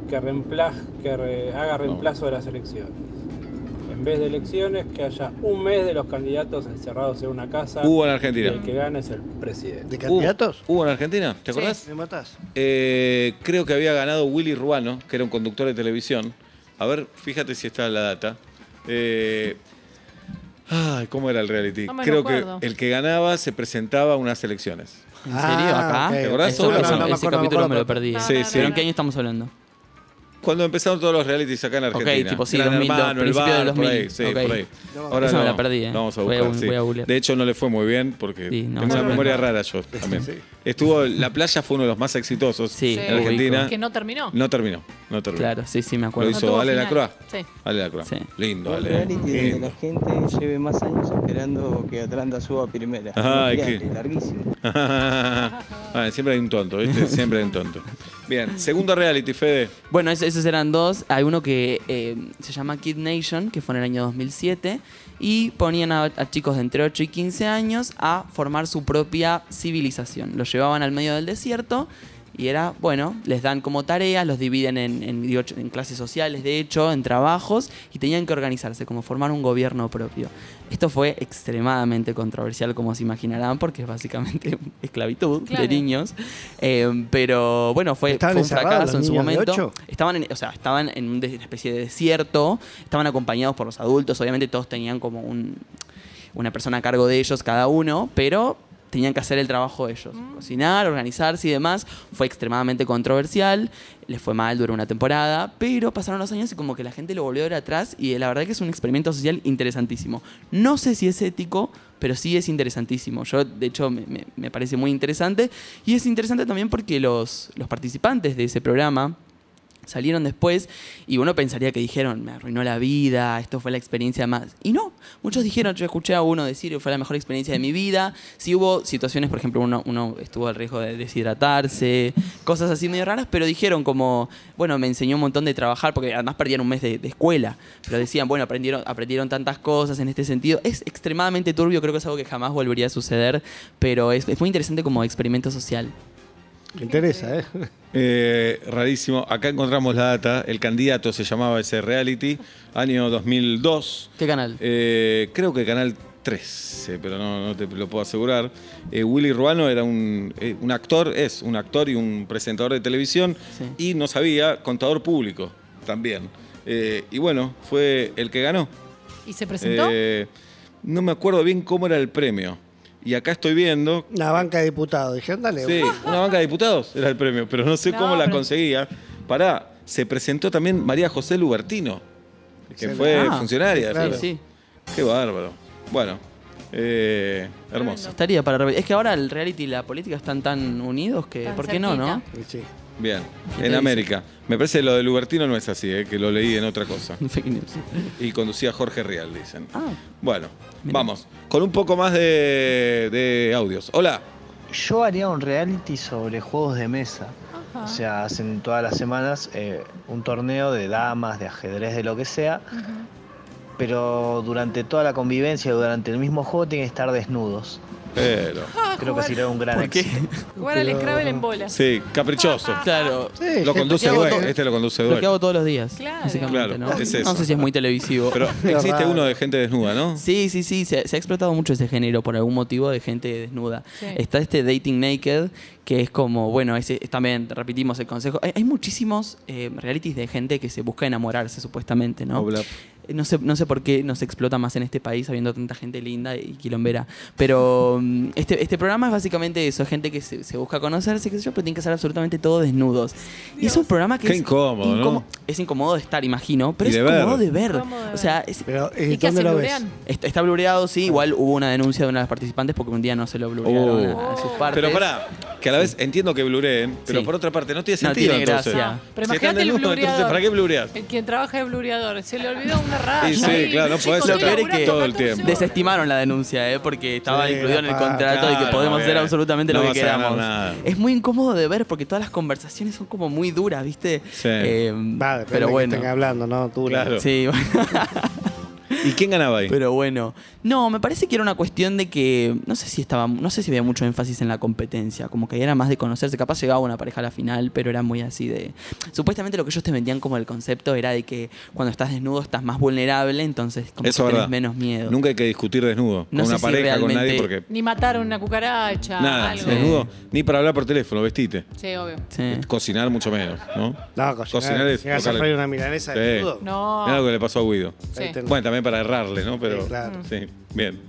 Speaker 10: que, reemplaz- que re- haga reemplazo de las elecciones. En vez de elecciones, que haya un mes de los candidatos encerrados en una casa
Speaker 2: Hubo en
Speaker 10: y el
Speaker 2: Argentina.
Speaker 10: que gana es el presidente.
Speaker 8: ¿De
Speaker 2: Hubo-
Speaker 8: candidatos?
Speaker 2: Hubo, en Argentina, ¿te acordás?
Speaker 8: ¿Me matás?
Speaker 2: Eh, creo que había ganado Willy Ruano, que era un conductor de televisión. A ver, fíjate si está la data. Eh, ay, ¿cómo era el reality?
Speaker 4: No me
Speaker 2: creo
Speaker 4: lo acuerdo.
Speaker 2: que el que ganaba se presentaba a unas elecciones.
Speaker 3: ¿En serio? ¿Acá?
Speaker 8: ok,
Speaker 2: ¿Te
Speaker 8: Ah, ok.
Speaker 2: acordás?
Speaker 3: Esto
Speaker 2: Solo
Speaker 3: no,
Speaker 2: no,
Speaker 3: no,
Speaker 2: no me
Speaker 3: ese capítulo me lo perdí.
Speaker 4: No,
Speaker 2: Sí,
Speaker 4: no, no,
Speaker 2: sí.
Speaker 3: ¿Pero en
Speaker 4: no.
Speaker 3: qué año estamos hablando?
Speaker 2: Cuando empezaron todos los realities acá en Argentina.
Speaker 3: tipo, sí,
Speaker 2: Gran
Speaker 3: 2002,
Speaker 2: Hermano, El
Speaker 3: principio de
Speaker 2: Bar,
Speaker 3: los
Speaker 2: por ahí.
Speaker 3: 2000.
Speaker 2: Sí,
Speaker 3: Ok.
Speaker 2: por ahí.
Speaker 3: No,
Speaker 2: Ahora
Speaker 3: esa
Speaker 2: no,
Speaker 3: me la perdí, eh.
Speaker 2: lo vamos a
Speaker 3: Voy a
Speaker 2: buscar,
Speaker 3: bu-
Speaker 2: sí.
Speaker 3: voy a googlear.
Speaker 2: De hecho, no le fue muy bien porque
Speaker 3: Sí, no,
Speaker 2: tengo
Speaker 3: no,
Speaker 2: una
Speaker 3: no,
Speaker 2: memoria
Speaker 3: no.
Speaker 2: rara yo también. Estuvo, La Playa fue uno de los más exitosos
Speaker 3: Sí,
Speaker 2: en
Speaker 3: ubico.
Speaker 2: Argentina.
Speaker 4: Que no terminó.
Speaker 2: No terminó, no terminó.
Speaker 3: Claro, sí, sí, me
Speaker 2: Lo
Speaker 3: acuerdo.
Speaker 4: No
Speaker 2: hizo
Speaker 4: tuvo
Speaker 2: Ale
Speaker 4: final.
Speaker 2: Lacroix.
Speaker 4: Sí.
Speaker 2: Ale Lacroa.
Speaker 3: Sí.
Speaker 2: Lindo,
Speaker 11: Un
Speaker 2: Ale.
Speaker 11: reality donde
Speaker 2: [LAUGHS]
Speaker 11: la
Speaker 2: Lindo.
Speaker 11: gente lleve más años esperando que Atlanta suba a primera.
Speaker 2: Ajá,
Speaker 11: Un
Speaker 2: es
Speaker 11: reality
Speaker 2: que-
Speaker 11: larguísimo.
Speaker 2: Ah, siempre hay un tonto, ¿viste? Siempre hay un tonto. Bien, segundo reality, Fede.
Speaker 3: Bueno, es- esos eran dos. Hay uno que eh, se llama Kid Nation, que fue en el año 2007, y ponían a, a chicos de entre 8 y 15 años a formar su propia civilización. Los llevaban al medio del desierto y era, bueno, les dan como tareas, los dividen en, en digo, en clases sociales, de hecho, en trabajos, y tenían que organizarse, como formar un gobierno propio. Esto fue extremadamente controversial, como se imaginarán, porque es básicamente [LAUGHS] esclavitud
Speaker 4: Claro.
Speaker 3: de niños. Eh, pero bueno, fue, fue
Speaker 8: ¿Estaban
Speaker 3: un
Speaker 8: encerradas
Speaker 3: fracaso
Speaker 8: las
Speaker 3: en su
Speaker 8: niñas de
Speaker 3: momento
Speaker 8: ocho?
Speaker 3: estaban en, o sea, estaban en un des- una especie de desierto, estaban acompañados por los adultos, obviamente todos tenían como un- una persona a cargo de ellos cada uno, pero tenían que hacer el trabajo ellos, cocinar, organizarse y demás. Fue extremadamente controversial, les fue mal, duró una temporada, pero pasaron los años y como que la gente lo volvió a ver atrás y la verdad que es un experimento social interesantísimo. No sé si es ético, pero sí es interesantísimo. Yo, de hecho, me, me- me parece muy interesante y es interesante también porque los, los participantes de ese programa, Salieron después y uno pensaría que dijeron, me arruinó la vida, esto fue la experiencia más. Y no, muchos dijeron, yo escuché a uno decir, fue la mejor experiencia de mi vida. Sí hubo situaciones, por ejemplo, uno, uno estuvo al riesgo de deshidratarse, cosas así medio raras, pero dijeron como, bueno, me enseñó un montón de trabajar, porque además perdían un mes de, de escuela. Pero decían, bueno, aprendieron, aprendieron tantas cosas en este sentido. Es extremadamente turbio, creo que es algo que jamás volvería a suceder, pero es, es muy interesante como experimento social.
Speaker 8: Me interesa, ¿eh?
Speaker 2: Eh, rarísimo. Acá encontramos la data. El candidato se llamaba ese reality. Año 2002.
Speaker 3: ¿Qué canal?
Speaker 2: Eh, creo que Canal 13, pero no, no te lo puedo asegurar. Eh, Willy Ruano era un, eh, un actor, es un actor y un presentador de televisión.
Speaker 3: Sí.
Speaker 2: Y no sabía, contador público también. Eh, y bueno, fue el que ganó.
Speaker 4: ¿Y se presentó?
Speaker 2: Eh, no me acuerdo bien cómo era el premio. Y acá estoy viendo
Speaker 8: Una banca de diputados. Dije, ándale.
Speaker 2: Sí, una banca de diputados era el premio, pero no sé
Speaker 4: No,
Speaker 2: cómo la
Speaker 4: pero-
Speaker 2: conseguía. Pará, se presentó también María José Lubertino, que
Speaker 8: Excelente.
Speaker 2: fue
Speaker 3: Ah,
Speaker 2: funcionaria. de
Speaker 8: claro.
Speaker 2: Fede.
Speaker 3: Sí, sí.
Speaker 2: Qué bárbaro. Bueno, eh, hermoso.
Speaker 3: Estaría para repetir. Es que ahora el reality y la política están tan unidos que.
Speaker 4: Tan
Speaker 3: ¿Por qué no, [LAUGHS] no?
Speaker 8: Sí.
Speaker 2: Bien,
Speaker 3: te
Speaker 2: en
Speaker 3: dice?
Speaker 2: América. Me parece que lo de Lubertino no es así, eh, que lo leí en otra cosa.
Speaker 3: Fake news.
Speaker 2: Y conducía Jorge Real, dicen.
Speaker 3: Ah,
Speaker 2: Bueno,
Speaker 3: Mirá.
Speaker 2: vamos, con un poco más de, de audios. Hola.
Speaker 11: Yo haría un reality sobre juegos de mesa.
Speaker 4: Ajá.
Speaker 11: O sea, hacen todas las semanas eh, un torneo de damas, de ajedrez, de lo que sea,
Speaker 4: Ujú.
Speaker 11: pero durante toda la convivencia, durante el mismo juego, tienen que estar desnudos.
Speaker 2: Pero,
Speaker 4: Ah,
Speaker 11: Creo que
Speaker 4: jugar-
Speaker 11: sería un gran
Speaker 3: ¿por qué?
Speaker 11: éxito.
Speaker 4: Jugar al Scrabble en bola.
Speaker 2: sí, caprichoso.
Speaker 3: Claro.
Speaker 8: Sí,
Speaker 2: Lo
Speaker 8: gente
Speaker 2: conduce
Speaker 8: que hago
Speaker 2: Due,
Speaker 8: todo-
Speaker 2: este lo conduce
Speaker 3: Lo que
Speaker 2: Due.
Speaker 3: hago todos los días.
Speaker 4: Claro.
Speaker 3: básicamente,
Speaker 2: Claro,
Speaker 3: ¿no?
Speaker 2: es eso.
Speaker 3: No sé si es muy televisivo.
Speaker 2: Pero existe
Speaker 8: raro.
Speaker 2: uno de gente desnuda, ¿no?
Speaker 3: Sí, sí, sí, se, se ha explotado mucho ese género por algún motivo de gente desnuda.
Speaker 4: Sí.
Speaker 3: Está este dating naked, que es como, bueno, ese, también repetimos el consejo. Hay, hay muchísimos eh, realities de gente que se busca enamorarse, supuestamente, ¿no?
Speaker 2: Obla-
Speaker 3: No sé, no sé por qué nos explota más en este país habiendo tanta gente linda y quilombera. Pero mm, este, este programa es básicamente eso, gente que se, se busca conocerse, qué sé yo, pero tienen que hacer absolutamente todo desnudos. Y es un programa que
Speaker 2: Qué
Speaker 3: es
Speaker 2: incómodo, ¿no?
Speaker 3: es incómodo de estar, imagino, pero
Speaker 2: Y
Speaker 3: es
Speaker 2: de ver.
Speaker 3: incómodo de ver.
Speaker 4: Incómodo de
Speaker 3: O sea, es-
Speaker 8: Pero, ¿eh,
Speaker 4: ¿Y qué
Speaker 8: ¿dónde
Speaker 4: hacen?
Speaker 8: lo ves?
Speaker 4: ¿Lurean?
Speaker 3: está, está blureado, sí, igual hubo una denuncia de una de las participantes porque un día no se lo blurearon
Speaker 2: Oh.
Speaker 3: a, a sus partes.
Speaker 2: Pero pará, que a la vez entiendo que bluren, pero
Speaker 3: Sí.
Speaker 2: por otra parte no tiene
Speaker 3: No
Speaker 2: sentido
Speaker 3: tiene
Speaker 2: entonces.
Speaker 3: gracia.
Speaker 4: No, pero
Speaker 2: Si
Speaker 4: imagínate
Speaker 2: están
Speaker 4: el
Speaker 2: desnudos,
Speaker 4: blureador.
Speaker 2: Entonces, ¿para qué blureas?
Speaker 4: El quien trabaja de blureador. Se le olvidó una raya.
Speaker 2: Y sí, claro, no
Speaker 4: chico,
Speaker 2: podés
Speaker 4: estoy
Speaker 2: hacer
Speaker 3: todo
Speaker 4: laburando
Speaker 2: todo el
Speaker 4: 14
Speaker 2: tiempo.
Speaker 4: horas.
Speaker 3: Desestimaron la denuncia, ¿eh? porque estaba
Speaker 8: Sí,
Speaker 3: incluido en el
Speaker 8: la
Speaker 3: contrato y
Speaker 2: Claro,
Speaker 3: que podemos hacer
Speaker 2: bien.
Speaker 3: absolutamente
Speaker 2: No
Speaker 3: lo que
Speaker 2: vas a ganar
Speaker 3: queramos.
Speaker 2: nada.
Speaker 3: Es muy incómodo de ver porque todas las conversaciones son como muy duras, ¿viste? Eh,
Speaker 2: Sí.
Speaker 8: Va, depende
Speaker 3: pero
Speaker 8: de qué
Speaker 3: bueno.
Speaker 8: estén hablando, ¿no? Tú, la-
Speaker 2: Claro.
Speaker 3: Sí, [LAUGHS]
Speaker 2: ¿Y quién ganaba ahí?
Speaker 3: pero bueno. No, me parece que era una cuestión de que no sé si estaba, no sé si había mucho énfasis en la competencia, como que era más de conocerse, capaz llegaba una pareja a la final, pero era muy así de supuestamente lo que ellos te vendían como el concepto era de que cuando estás desnudo estás más vulnerable, entonces como
Speaker 2: Eso es
Speaker 3: que tenés
Speaker 2: verdad.
Speaker 3: menos miedo.
Speaker 2: Nunca hay que discutir desnudo
Speaker 3: No
Speaker 2: con
Speaker 3: sé
Speaker 2: una
Speaker 3: si
Speaker 2: pareja, con nadie,
Speaker 3: realmente-
Speaker 2: porque
Speaker 4: Ni mataron una cucaracha.
Speaker 2: nada,
Speaker 4: algo.
Speaker 2: desnudo, ni para hablar por teléfono, vestite.
Speaker 4: Sí, obvio.
Speaker 3: Sí.
Speaker 2: Cocinar mucho menos, ¿no?
Speaker 8: No, cocinar.
Speaker 2: Cocinar es
Speaker 8: llegás a
Speaker 2: tocarle-
Speaker 8: freír una milanesa
Speaker 2: Sí.
Speaker 8: de todo.
Speaker 4: No.
Speaker 2: Mirá lo que le pasó a Guido.
Speaker 4: Sí.
Speaker 2: Bueno, también para errarle, ¿no? Pero
Speaker 8: Sí, claro.
Speaker 2: sí, bien.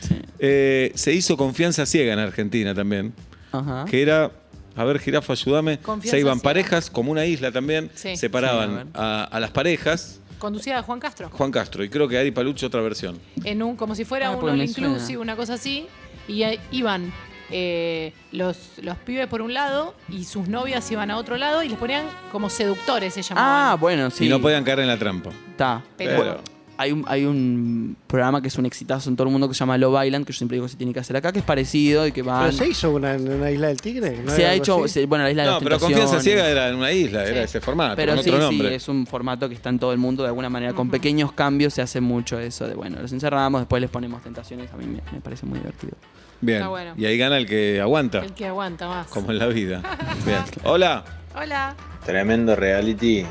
Speaker 3: Sí.
Speaker 2: Eh, se hizo confianza ciega en Argentina también,
Speaker 3: Ajá.
Speaker 2: que era a ver, jirafa, ayúdame.
Speaker 4: Ah. Confianza
Speaker 2: Se iban
Speaker 4: ciega.
Speaker 2: parejas, como una isla también,
Speaker 4: Sí.
Speaker 2: separaban
Speaker 4: Sí, a ver.
Speaker 2: a, a las parejas.
Speaker 4: Conducida a Juan Castro.
Speaker 2: Juan Castro, y creo que Ari Palucho otra versión.
Speaker 4: en un como si fuera
Speaker 3: Ah,
Speaker 4: un
Speaker 3: pues
Speaker 4: all
Speaker 3: me suena.
Speaker 4: inclusive, una cosa así, y ahí iban eh, los, los pibes por un lado y sus novias iban a otro lado y les ponían como seductores, se llamaban.
Speaker 3: Ah, bueno, sí.
Speaker 2: Y no podían caer en la trampa.
Speaker 3: Está.
Speaker 4: Pero-
Speaker 2: Pero-
Speaker 3: Hay un, hay un programa que es un exitazo en todo el mundo que se llama Love Island, que yo siempre digo que se tiene que hacer acá, que es parecido y que va.
Speaker 2: Ah,
Speaker 8: Pero se hizo una en una isla del tigre. ¿no
Speaker 3: Se
Speaker 8: era
Speaker 3: ha
Speaker 8: algo
Speaker 3: hecho,
Speaker 8: así?
Speaker 3: se- bueno, la isla de
Speaker 2: No,
Speaker 3: las
Speaker 2: pero Confianza
Speaker 3: Tentaciones.
Speaker 2: Ciega era en una isla, era ese formato,
Speaker 3: Pero
Speaker 2: con
Speaker 3: sí,
Speaker 2: otro
Speaker 3: sí,
Speaker 2: nombre.
Speaker 3: es un formato que está en todo el mundo de alguna manera. Con pequeños cambios se hace mucho eso de, bueno, los encerramos, después les ponemos tentaciones. A mí me, me parece muy divertido.
Speaker 2: Bien.
Speaker 4: Está bueno.
Speaker 2: Y ahí gana el que aguanta,
Speaker 4: El que aguanta más.
Speaker 2: como en la
Speaker 4: [LAUGHS]
Speaker 2: vida. Bien. Hola.
Speaker 4: Hola.
Speaker 12: Tremendo reality.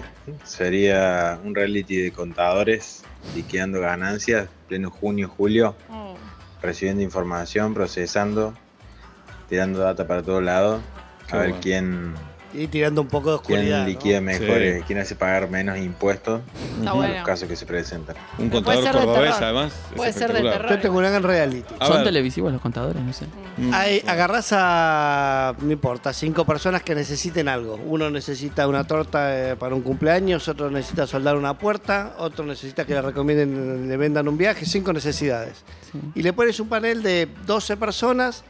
Speaker 12: Sería un reality de contadores liquidando ganancias, pleno junio, julio,
Speaker 4: Oh.
Speaker 12: recibiendo información, procesando, tirando data para todos lados. A
Speaker 8: Qué
Speaker 12: ver
Speaker 8: bueno.
Speaker 12: quién,
Speaker 8: Y tirando un poco de oscuridad.
Speaker 12: quién
Speaker 8: ¿no?
Speaker 12: liquida mejor,
Speaker 2: Sí.
Speaker 12: eh, quién hace pagar menos impuestos en
Speaker 8: bueno.
Speaker 12: los casos que se presentan.
Speaker 2: Un
Speaker 4: Pero puede
Speaker 12: contador
Speaker 4: ser de
Speaker 12: cordobés,
Speaker 4: terror.
Speaker 12: además,
Speaker 4: Puede
Speaker 12: es
Speaker 4: ser de
Speaker 12: espectacular.
Speaker 4: terror.
Speaker 8: Yo tengo una gran reality.
Speaker 2: A
Speaker 3: ¿Son
Speaker 2: ver.
Speaker 3: televisivos los contadores? No sé.
Speaker 2: Mm,
Speaker 8: Ahí agarrás a, no importa, cinco personas que necesiten algo. Uno necesita una torta eh, para un cumpleaños, otro necesita soldar una puerta, otro necesita que le recomienden, le vendan un viaje, cinco necesidades. Y le pones un panel de 12 personas,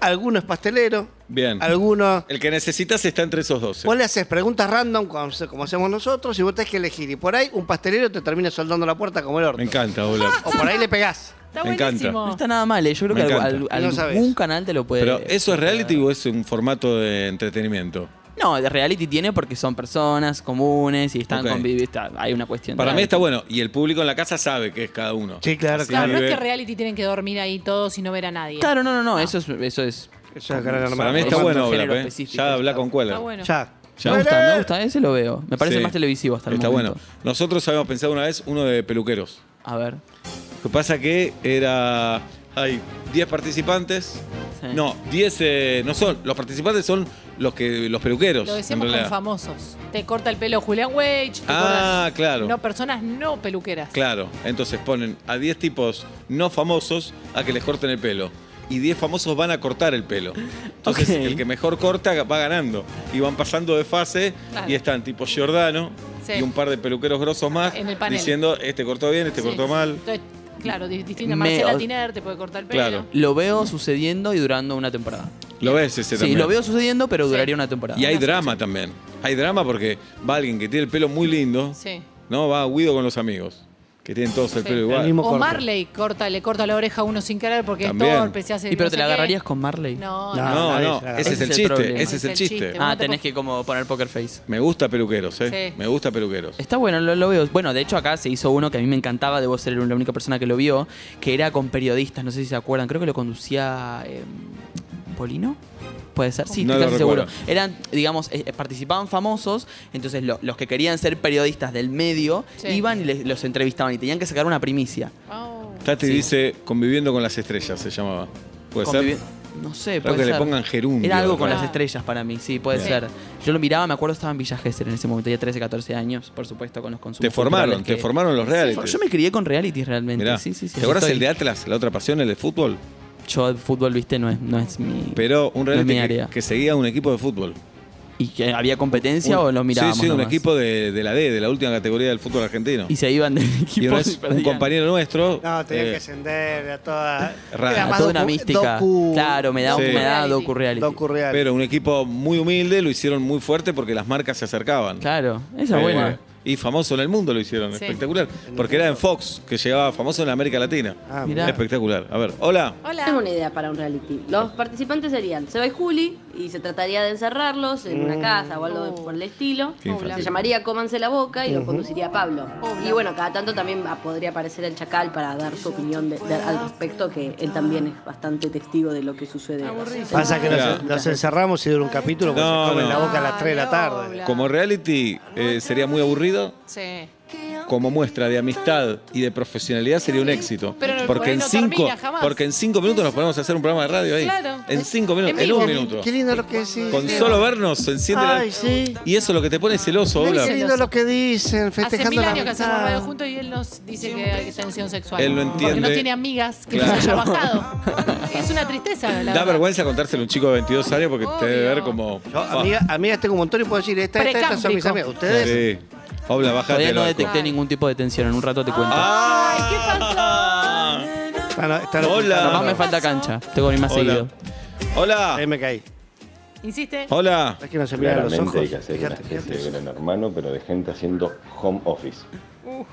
Speaker 8: alguno es pastelero,
Speaker 2: Bien.
Speaker 8: alguno...
Speaker 2: El que necesitas está entre esos 12.
Speaker 8: Vos le haces preguntas random como, como hacemos nosotros y vos tenés que elegir. Y por ahí un pastelero te termina soldando la puerta como el orto.
Speaker 2: Me encanta, hola.
Speaker 4: Ah,
Speaker 8: O por ahí le pegás.
Speaker 4: Está
Speaker 2: Me encanta.
Speaker 4: buenísimo.
Speaker 3: No está nada mal, eh. yo creo
Speaker 2: Me
Speaker 3: que algu-
Speaker 2: encanta.
Speaker 3: al-
Speaker 8: No
Speaker 3: algún
Speaker 8: sabes.
Speaker 3: canal te lo puede.
Speaker 2: Pero ¿eso es reality o es un formato de entretenimiento?
Speaker 3: No, de reality tiene porque son personas comunes y están
Speaker 2: Ok.
Speaker 3: convivi- está- Hay una cuestión. de
Speaker 2: Para mí
Speaker 3: reality.
Speaker 2: está bueno. Y el público en la casa sabe que es cada uno.
Speaker 8: Sí, claro,
Speaker 2: Así
Speaker 4: Claro, no es
Speaker 2: vive-
Speaker 4: que reality tienen que dormir ahí todos y no ver a nadie.
Speaker 3: Claro, no, no, no, eso es. Eso es
Speaker 8: Eso es Gran Hermano.
Speaker 2: Para mí está
Speaker 3: Es un
Speaker 2: bueno,
Speaker 3: género
Speaker 2: Oblap, ¿eh?
Speaker 3: específico,
Speaker 2: Ya habla con Cuela.
Speaker 4: Está bueno.
Speaker 8: Ya.
Speaker 2: Ya.
Speaker 3: Me gusta, me gusta, ese lo veo. Me parece
Speaker 2: Sí.
Speaker 3: más televisivo hasta el
Speaker 2: Está
Speaker 3: momento.
Speaker 2: bueno. Nosotros habíamos pensado una vez uno de peluqueros.
Speaker 3: A ver.
Speaker 2: Lo que pasa que era. Hay 10 participantes.
Speaker 3: Sí.
Speaker 2: No, 10 eh, no son. Los participantes son los que los peluqueros.
Speaker 4: Lo
Speaker 2: en
Speaker 4: decíamos con
Speaker 2: realidad.
Speaker 4: famosos. Te corta el pelo Julián Wage. te
Speaker 2: Ah,
Speaker 4: cortan-
Speaker 2: claro.
Speaker 4: No, personas no peluqueras.
Speaker 2: Claro. Entonces ponen a 10 tipos no famosos a que les corten el pelo. Y 10 famosos van a cortar el pelo. Entonces
Speaker 3: Ok.
Speaker 2: el que mejor corta va ganando. Y van pasando de fase
Speaker 4: Claro.
Speaker 2: y están tipo Giordano
Speaker 4: Sí.
Speaker 2: y un par de peluqueros grosos más
Speaker 4: En el panel.
Speaker 2: diciendo este cortó bien, este
Speaker 4: Sí.
Speaker 2: cortó mal.
Speaker 4: Entonces, claro, di- distinta.
Speaker 3: Me-
Speaker 4: Marcela Tiner te puede cortar el pelo.
Speaker 2: Claro.
Speaker 3: Lo veo sucediendo y durando una temporada.
Speaker 2: Lo ves ese
Speaker 3: Sí,
Speaker 2: también.
Speaker 3: lo veo sucediendo, pero duraría una temporada.
Speaker 2: Y hay drama también. Hay drama porque va alguien que tiene el pelo muy lindo,
Speaker 4: Sí.
Speaker 2: ¿no? Va Guido con los amigos, que tienen todos el
Speaker 4: Sí.
Speaker 2: pelo
Speaker 4: El
Speaker 2: igual.
Speaker 4: O Marley corta, le corta la oreja a uno sin querer porque
Speaker 2: También.
Speaker 4: es torpe, se hace.
Speaker 3: ¿Y pero
Speaker 4: no
Speaker 3: te
Speaker 4: sé
Speaker 3: la
Speaker 4: qué.
Speaker 3: agarrarías con Marley?
Speaker 4: No, no.
Speaker 2: No,
Speaker 8: nadie
Speaker 2: no,
Speaker 8: se la
Speaker 2: ese es el
Speaker 3: agarra. Ah, Ese es el
Speaker 2: chiste,
Speaker 3: problema.
Speaker 2: ese es el chiste.
Speaker 3: Ah,
Speaker 4: Mata
Speaker 3: tenés
Speaker 4: por-
Speaker 3: que como poner poker face.
Speaker 2: Me gusta peluqueros, ¿eh?
Speaker 4: Sí.
Speaker 2: Me gusta peluqueros.
Speaker 3: Está bueno, lo, lo veo. Bueno, de hecho acá se hizo uno que a mí me encantaba, debo ser la única persona que lo vio, que era con periodistas, no sé si se acuerdan, creo que lo conducía eh, Polino. Puede ser, sí,
Speaker 2: No
Speaker 3: estoy
Speaker 2: lo
Speaker 3: casi seguro.
Speaker 2: recuerdo.
Speaker 3: Eran, digamos, eh, participaban famosos, entonces lo- los que querían ser periodistas del medio
Speaker 4: Sí.
Speaker 3: iban y les- los entrevistaban y tenían que sacar una primicia.
Speaker 4: Oh.
Speaker 2: Tati
Speaker 3: Sí.
Speaker 2: dice conviviendo con las estrellas, se llamaba. ¿Puede
Speaker 3: Convivi-
Speaker 2: ser?
Speaker 3: No sé,
Speaker 2: Creo
Speaker 3: puede
Speaker 2: que le
Speaker 3: ser.
Speaker 2: pongan gerundio.
Speaker 3: Era algo con
Speaker 2: Ah.
Speaker 3: las estrellas para mí, sí, puede
Speaker 2: Bien.
Speaker 3: ser. Yo lo miraba, me acuerdo, estaba en Villa Gesell en ese momento, ya 13, 14 años, por supuesto, con los consumos.
Speaker 2: Te formaron,
Speaker 3: culturales
Speaker 2: te
Speaker 3: que-
Speaker 2: formaron los reales.
Speaker 3: Yo me crié con reality realmente.
Speaker 2: Este, Mirá,
Speaker 3: sí, sí, sí.
Speaker 2: ¿te acuerdas
Speaker 3: Estoy-
Speaker 2: el de Atlas, la otra pasión, el de fútbol?
Speaker 3: Yo el fútbol, viste, no es, no es mi.
Speaker 2: Pero un
Speaker 3: No es
Speaker 2: reality
Speaker 3: mi
Speaker 2: que-
Speaker 3: área.
Speaker 2: que, seguía un equipo de fútbol.
Speaker 3: ¿Y que había competencia
Speaker 2: Un-
Speaker 3: o lo mirábamos?
Speaker 2: Sí, sí, un
Speaker 3: nomás?
Speaker 2: equipo de, de la D, de la última categoría del fútbol argentino.
Speaker 3: Y se iban del equipo.
Speaker 2: Y una vez un
Speaker 3: perdían.
Speaker 2: compañero nuestro.
Speaker 8: No, tenía
Speaker 2: eh,
Speaker 8: que ascender a
Speaker 2: [LAUGHS]
Speaker 8: toda.
Speaker 2: Raro.
Speaker 8: Era
Speaker 3: Era
Speaker 8: más
Speaker 3: toda una
Speaker 8: docu-
Speaker 3: mística.
Speaker 8: docu-
Speaker 3: claro, me da,
Speaker 2: Sí.
Speaker 3: me da
Speaker 4: Reality.
Speaker 3: docu reality.
Speaker 8: docu real.
Speaker 2: Pero un equipo muy humilde lo hicieron muy fuerte porque las marcas se acercaban.
Speaker 3: Claro, esa
Speaker 2: Eh,
Speaker 3: es buena.
Speaker 2: Y famoso en el mundo lo hicieron,
Speaker 4: Sí.
Speaker 2: espectacular. Porque era en Fox, que llegaba famoso en América Latina.
Speaker 8: Ah,
Speaker 3: Mirá.
Speaker 2: Espectacular. A ver, hola.
Speaker 13: Tengo
Speaker 4: Hola.
Speaker 13: una idea para un reality. Los participantes serían Seba y Juli, y se trataría de encerrarlos en
Speaker 2: Mm.
Speaker 13: una casa o algo por el estilo.
Speaker 2: Qué infantil.
Speaker 13: Se llamaría Cómanse la boca y lo
Speaker 8: Ujú.
Speaker 13: conduciría Pablo. Y bueno, cada tanto también ah, podría aparecer el chacal para dar su opinión de- de- al respecto, que él también es bastante testigo de lo que sucede.
Speaker 8: Pasa que
Speaker 2: Mirá.
Speaker 8: nos, nos encerramos y dura un capítulo porque
Speaker 2: No,
Speaker 8: se comen
Speaker 2: no.
Speaker 4: Ah,
Speaker 8: la boca a las 3 de la tarde.
Speaker 2: Como reality eh, sería muy aburrido.
Speaker 4: Sí.
Speaker 2: como muestra de amistad y de profesionalidad sería un éxito.
Speaker 4: Pero no- por
Speaker 2: porque,
Speaker 4: ahí
Speaker 2: en
Speaker 4: no
Speaker 2: cinco,
Speaker 4: termina jamás.
Speaker 2: porque en cinco minutos nos ponemos a hacer un programa de radio ahí.
Speaker 4: Claro.
Speaker 2: En cinco minutos, en
Speaker 4: vivo.
Speaker 2: un minuto.
Speaker 8: Qué lindo lo que decís.
Speaker 2: Con solo vernos se enciende la-
Speaker 8: Ay, sí.
Speaker 2: Y eso es lo que te pone celoso, Ola.
Speaker 8: Qué lindo lo que dicen,
Speaker 4: Hace
Speaker 8: festejando
Speaker 4: mil
Speaker 8: la
Speaker 4: años que hacemos
Speaker 8: amistad.
Speaker 4: radio juntos y él nos dice que hay tensión sexual.
Speaker 2: Él no
Speaker 4: Porque no
Speaker 2: entiende.
Speaker 4: tiene amigas que
Speaker 2: Claro.
Speaker 4: nos haya bajado.
Speaker 2: [LAUGHS]
Speaker 4: es una tristeza, la
Speaker 2: Da
Speaker 4: verdad.
Speaker 2: vergüenza contárselo a un chico de 22 años porque te debe ver como... Ah,
Speaker 8: Yo, amiga- amigas tengo un montón y puedo decir, esta, esta, estas son mis amigas.
Speaker 4: Precámbrico.
Speaker 8: Ustedes
Speaker 2: Sí. Obla, bájate.
Speaker 3: Todavía no
Speaker 2: loco. Ah,
Speaker 3: detecté ningún tipo de tensión. En un rato te cuento.
Speaker 8: lo-
Speaker 2: Hola.
Speaker 3: Nomás me falta cancha. Tengo que ir más
Speaker 2: Ah. Hola.
Speaker 3: seguido.
Speaker 2: Hola.
Speaker 8: me caí.
Speaker 4: ¿Insiste?
Speaker 2: Hola.
Speaker 8: Es que no se miran los
Speaker 14: Claramente
Speaker 8: ojos.
Speaker 14: hay que hacer una especie de gran hermano, pero de gente haciendo home office.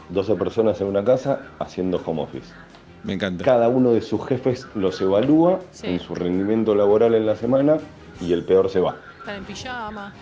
Speaker 14: 12 personas en una casa haciendo home office.
Speaker 2: Me encanta.
Speaker 14: Cada uno de sus jefes los evalúa
Speaker 4: Sí.
Speaker 14: en su rendimiento laboral en la semana y el peor se va.
Speaker 4: Están en pijama.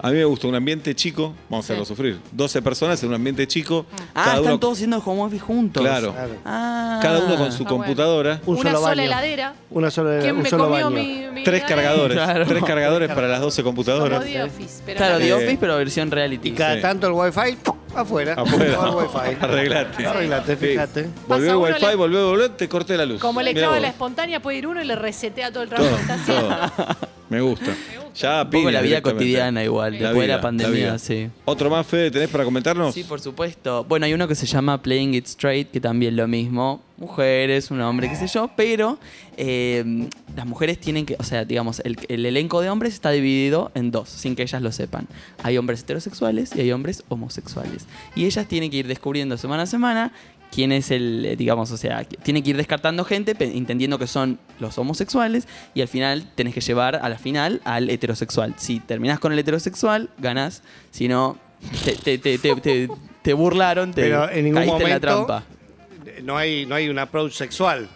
Speaker 2: A mí me gusta un ambiente chico, vamos a hacerlo sufrir. 12 personas en un ambiente chico.
Speaker 3: Ah,
Speaker 2: cada
Speaker 3: están
Speaker 2: uno,
Speaker 3: todos haciendo home office juntos.
Speaker 2: Claro.
Speaker 3: Ah.
Speaker 2: cada uno con su
Speaker 4: Ah, bueno.
Speaker 2: computadora.
Speaker 4: una sola heladera.
Speaker 8: Una
Speaker 2: Eh,
Speaker 8: sola,
Speaker 4: ¿Quién
Speaker 8: un
Speaker 4: me
Speaker 8: solo
Speaker 4: comió
Speaker 8: baño.
Speaker 4: mi, mi
Speaker 2: Tres
Speaker 4: heladera?
Speaker 2: cargadores.
Speaker 3: Claro.
Speaker 2: Tres cargadores para las 12
Speaker 4: Como
Speaker 2: computadoras.
Speaker 4: The Office, pero
Speaker 3: Claro,
Speaker 4: la-
Speaker 3: The
Speaker 2: Eh,
Speaker 3: Office, pero versión reality.
Speaker 8: Y cada tanto el wifi, ¡pum! afuera.
Speaker 2: Afuera.
Speaker 8: Todo el
Speaker 2: [LAUGHS]
Speaker 8: wifi.
Speaker 2: Arreglate.
Speaker 8: Arreglate, fíjate.
Speaker 2: Volvió
Speaker 4: Pasa
Speaker 2: el
Speaker 4: uno,
Speaker 2: wifi,
Speaker 4: le-
Speaker 2: volvió, volvió, te corté la luz.
Speaker 4: Como le
Speaker 2: Mirá
Speaker 4: clava
Speaker 2: vos.
Speaker 4: la espontánea, puede ir uno y le resetea todo el trabajo
Speaker 2: Todo,
Speaker 4: [LAUGHS] que está haciendo.
Speaker 2: todo. Me gusta. Ya,
Speaker 3: Un poco la vida cotidiana igual,
Speaker 2: La
Speaker 3: después de
Speaker 2: vida,
Speaker 3: la pandemia,
Speaker 2: vida.
Speaker 3: sí.
Speaker 2: ¿Otro más, Fede, tenés para comentarnos?
Speaker 3: Sí, por supuesto. Bueno, hay uno que se llama Playing It Straight, que también lo mismo. Mujeres, un hombre, qué sé yo, pero eh, las mujeres tienen que, o sea, digamos, el, el elenco de hombres está dividido en dos, sin que ellas lo sepan. Hay hombres heterosexuales y hay hombres homosexuales. Y ellas tienen que ir descubriendo semana a semana quién es el, eh, digamos, o sea, que- tienen que ir descartando gente, pe- entendiendo que son los homosexuales, y al final tenés que llevar a la final al heterosexual. Si terminás con el heterosexual, ganás, si no, te, te- te- te- te- te burlaron, te
Speaker 8: Pero en ningún
Speaker 3: caíste en la
Speaker 8: momento-
Speaker 3: trampa.
Speaker 8: No hay, no hay un approach sexual.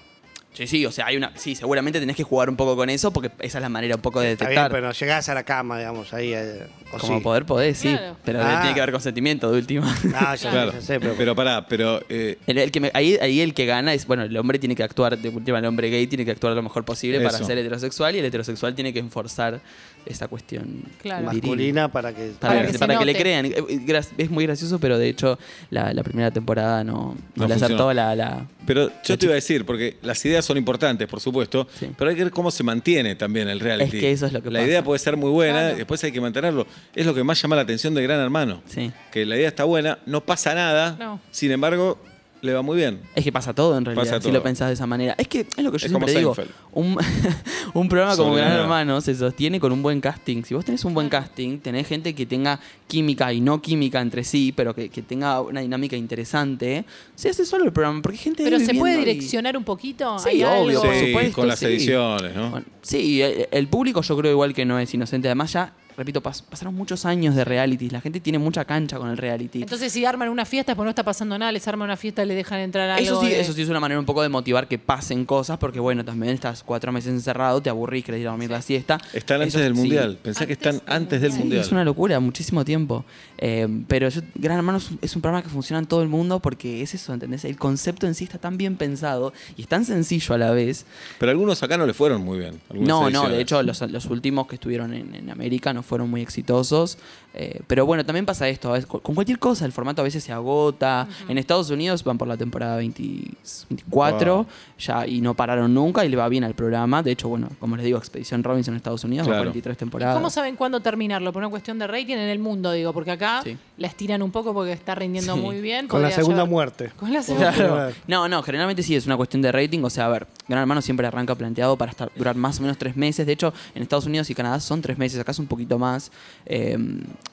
Speaker 3: Sí, sí, o sea, hay una, sí, seguramente tenés que jugar un poco con eso, porque esa es la manera un poco de
Speaker 8: Está bien,
Speaker 3: detectar.
Speaker 8: pero no llegás a la cama, digamos, ahí. eh, o
Speaker 3: Como
Speaker 8: sí.
Speaker 3: poder podés, sí,
Speaker 8: Claro.
Speaker 3: pero
Speaker 8: Ah.
Speaker 3: tiene que haber consentimiento de última. [LAUGHS]
Speaker 8: Ah, ya,
Speaker 2: Claro.
Speaker 8: ya sé, pero...
Speaker 2: Pero pará, pero. eh,
Speaker 3: El, el que me- ahí, ahí el que gana es, bueno, el hombre tiene que actuar, de última el hombre gay tiene que actuar lo mejor posible para
Speaker 2: Eso.
Speaker 3: ser heterosexual y el heterosexual tiene que enforzar esa cuestión
Speaker 4: Claro.
Speaker 3: viril.
Speaker 8: Masculina para que...
Speaker 3: Para,
Speaker 8: Para
Speaker 3: que,
Speaker 8: que se
Speaker 3: para que le
Speaker 8: note.
Speaker 3: crean. Eh, eh, gra- Es muy gracioso, pero de hecho la, la primera temporada no, no
Speaker 2: No
Speaker 3: le acertó
Speaker 2: funcionó.
Speaker 3: la, la...
Speaker 2: Pero yo te iba a decir, porque las ideas son importantes, por supuesto, pero hay que ver cómo se mantiene también el reality.
Speaker 3: Es que eso es lo que
Speaker 2: La
Speaker 3: pasa.
Speaker 2: idea puede ser muy buena, después hay que mantenerlo. Es lo que más llama la atención de Gran Hermano. Que la idea está buena, no pasa nada,
Speaker 3: No.
Speaker 2: sin embargo, le va muy bien.
Speaker 3: Es que pasa todo en realidad,
Speaker 2: Pasa
Speaker 3: si
Speaker 2: todo.
Speaker 3: lo pensás de esa manera. Es que es lo que yo
Speaker 2: Es como
Speaker 3: siempre digo.
Speaker 2: Seinfeld.
Speaker 3: Un, [LAUGHS] un programa como
Speaker 2: Sobre
Speaker 3: Gran
Speaker 2: nada.
Speaker 3: Hermano se sostiene con un buen casting. Si vos tenés un buen casting, tenés gente que tenga química y no química entre sí, pero que, que tenga una dinámica interesante, se hace solo el programa. Porque hay gente ahí
Speaker 4: Pero se puede
Speaker 3: viviendo y-
Speaker 4: direccionar un poquito.
Speaker 3: Sí,
Speaker 4: ¿Hay algo?
Speaker 3: obvio, por
Speaker 2: Sí,
Speaker 3: supuesto.
Speaker 2: con las
Speaker 3: sí.
Speaker 2: ediciones, ¿no?
Speaker 3: Sí, el, el público yo creo igual que no es inocente. Además ya, repito, pas- pasaron muchos años de reality. La gente tiene mucha cancha con el reality.
Speaker 4: Entonces, si arman una fiesta, pues no está pasando nada, les arman una fiesta, le dejan entrar algo.
Speaker 3: Eso sí,
Speaker 4: de-
Speaker 3: eso sí es una manera un poco de motivar que pasen cosas, porque bueno, también estás cuatro meses encerrado, te aburrís, querés ir a dormir la siesta.
Speaker 2: Están
Speaker 3: Eso
Speaker 2: antes del
Speaker 3: sí.
Speaker 2: mundial. Pensá que están antes del
Speaker 3: Sí,
Speaker 2: mundial.
Speaker 3: Es una locura, muchísimo tiempo. Eh, pero yo, Gran Hermano es un, es un programa que funciona en todo el mundo porque es eso, ¿entendés? El concepto en sí está tan bien pensado y es tan sencillo a la vez.
Speaker 2: Pero algunos acá no le fueron muy bien. algunas
Speaker 3: No, no,
Speaker 2: ediciones.
Speaker 3: de hecho los, los últimos que estuvieron en, en América no fueron muy exitosos. Eh, pero bueno, también pasa esto, a veces- con con cualquier cosa, el formato a veces se agota. En Estados Unidos van por la temporada 20 24
Speaker 2: Wow.
Speaker 3: ya, y no pararon nunca y le va bien al programa. De hecho, bueno, como les digo, Expedición Robinson en Estados Unidos va
Speaker 2: Claro.
Speaker 3: 43 temporadas.
Speaker 4: ¿Cómo saben cuándo terminarlo? Por una cuestión de rating en el mundo, digo, porque acá
Speaker 3: Sí.
Speaker 4: la estiran un poco porque está rindiendo
Speaker 3: Sí.
Speaker 4: muy bien.
Speaker 8: Con la
Speaker 4: podría
Speaker 8: segunda
Speaker 4: llevar-
Speaker 8: muerte.
Speaker 4: Con la segunda
Speaker 3: Claro. No, no, generalmente sí es una cuestión de rating. O sea, a ver, Gran Hermano siempre arranca planteado para estar, durar más o menos tres meses. De hecho, en Estados Unidos y Canadá son tres meses, acá es un poquito más. Eh,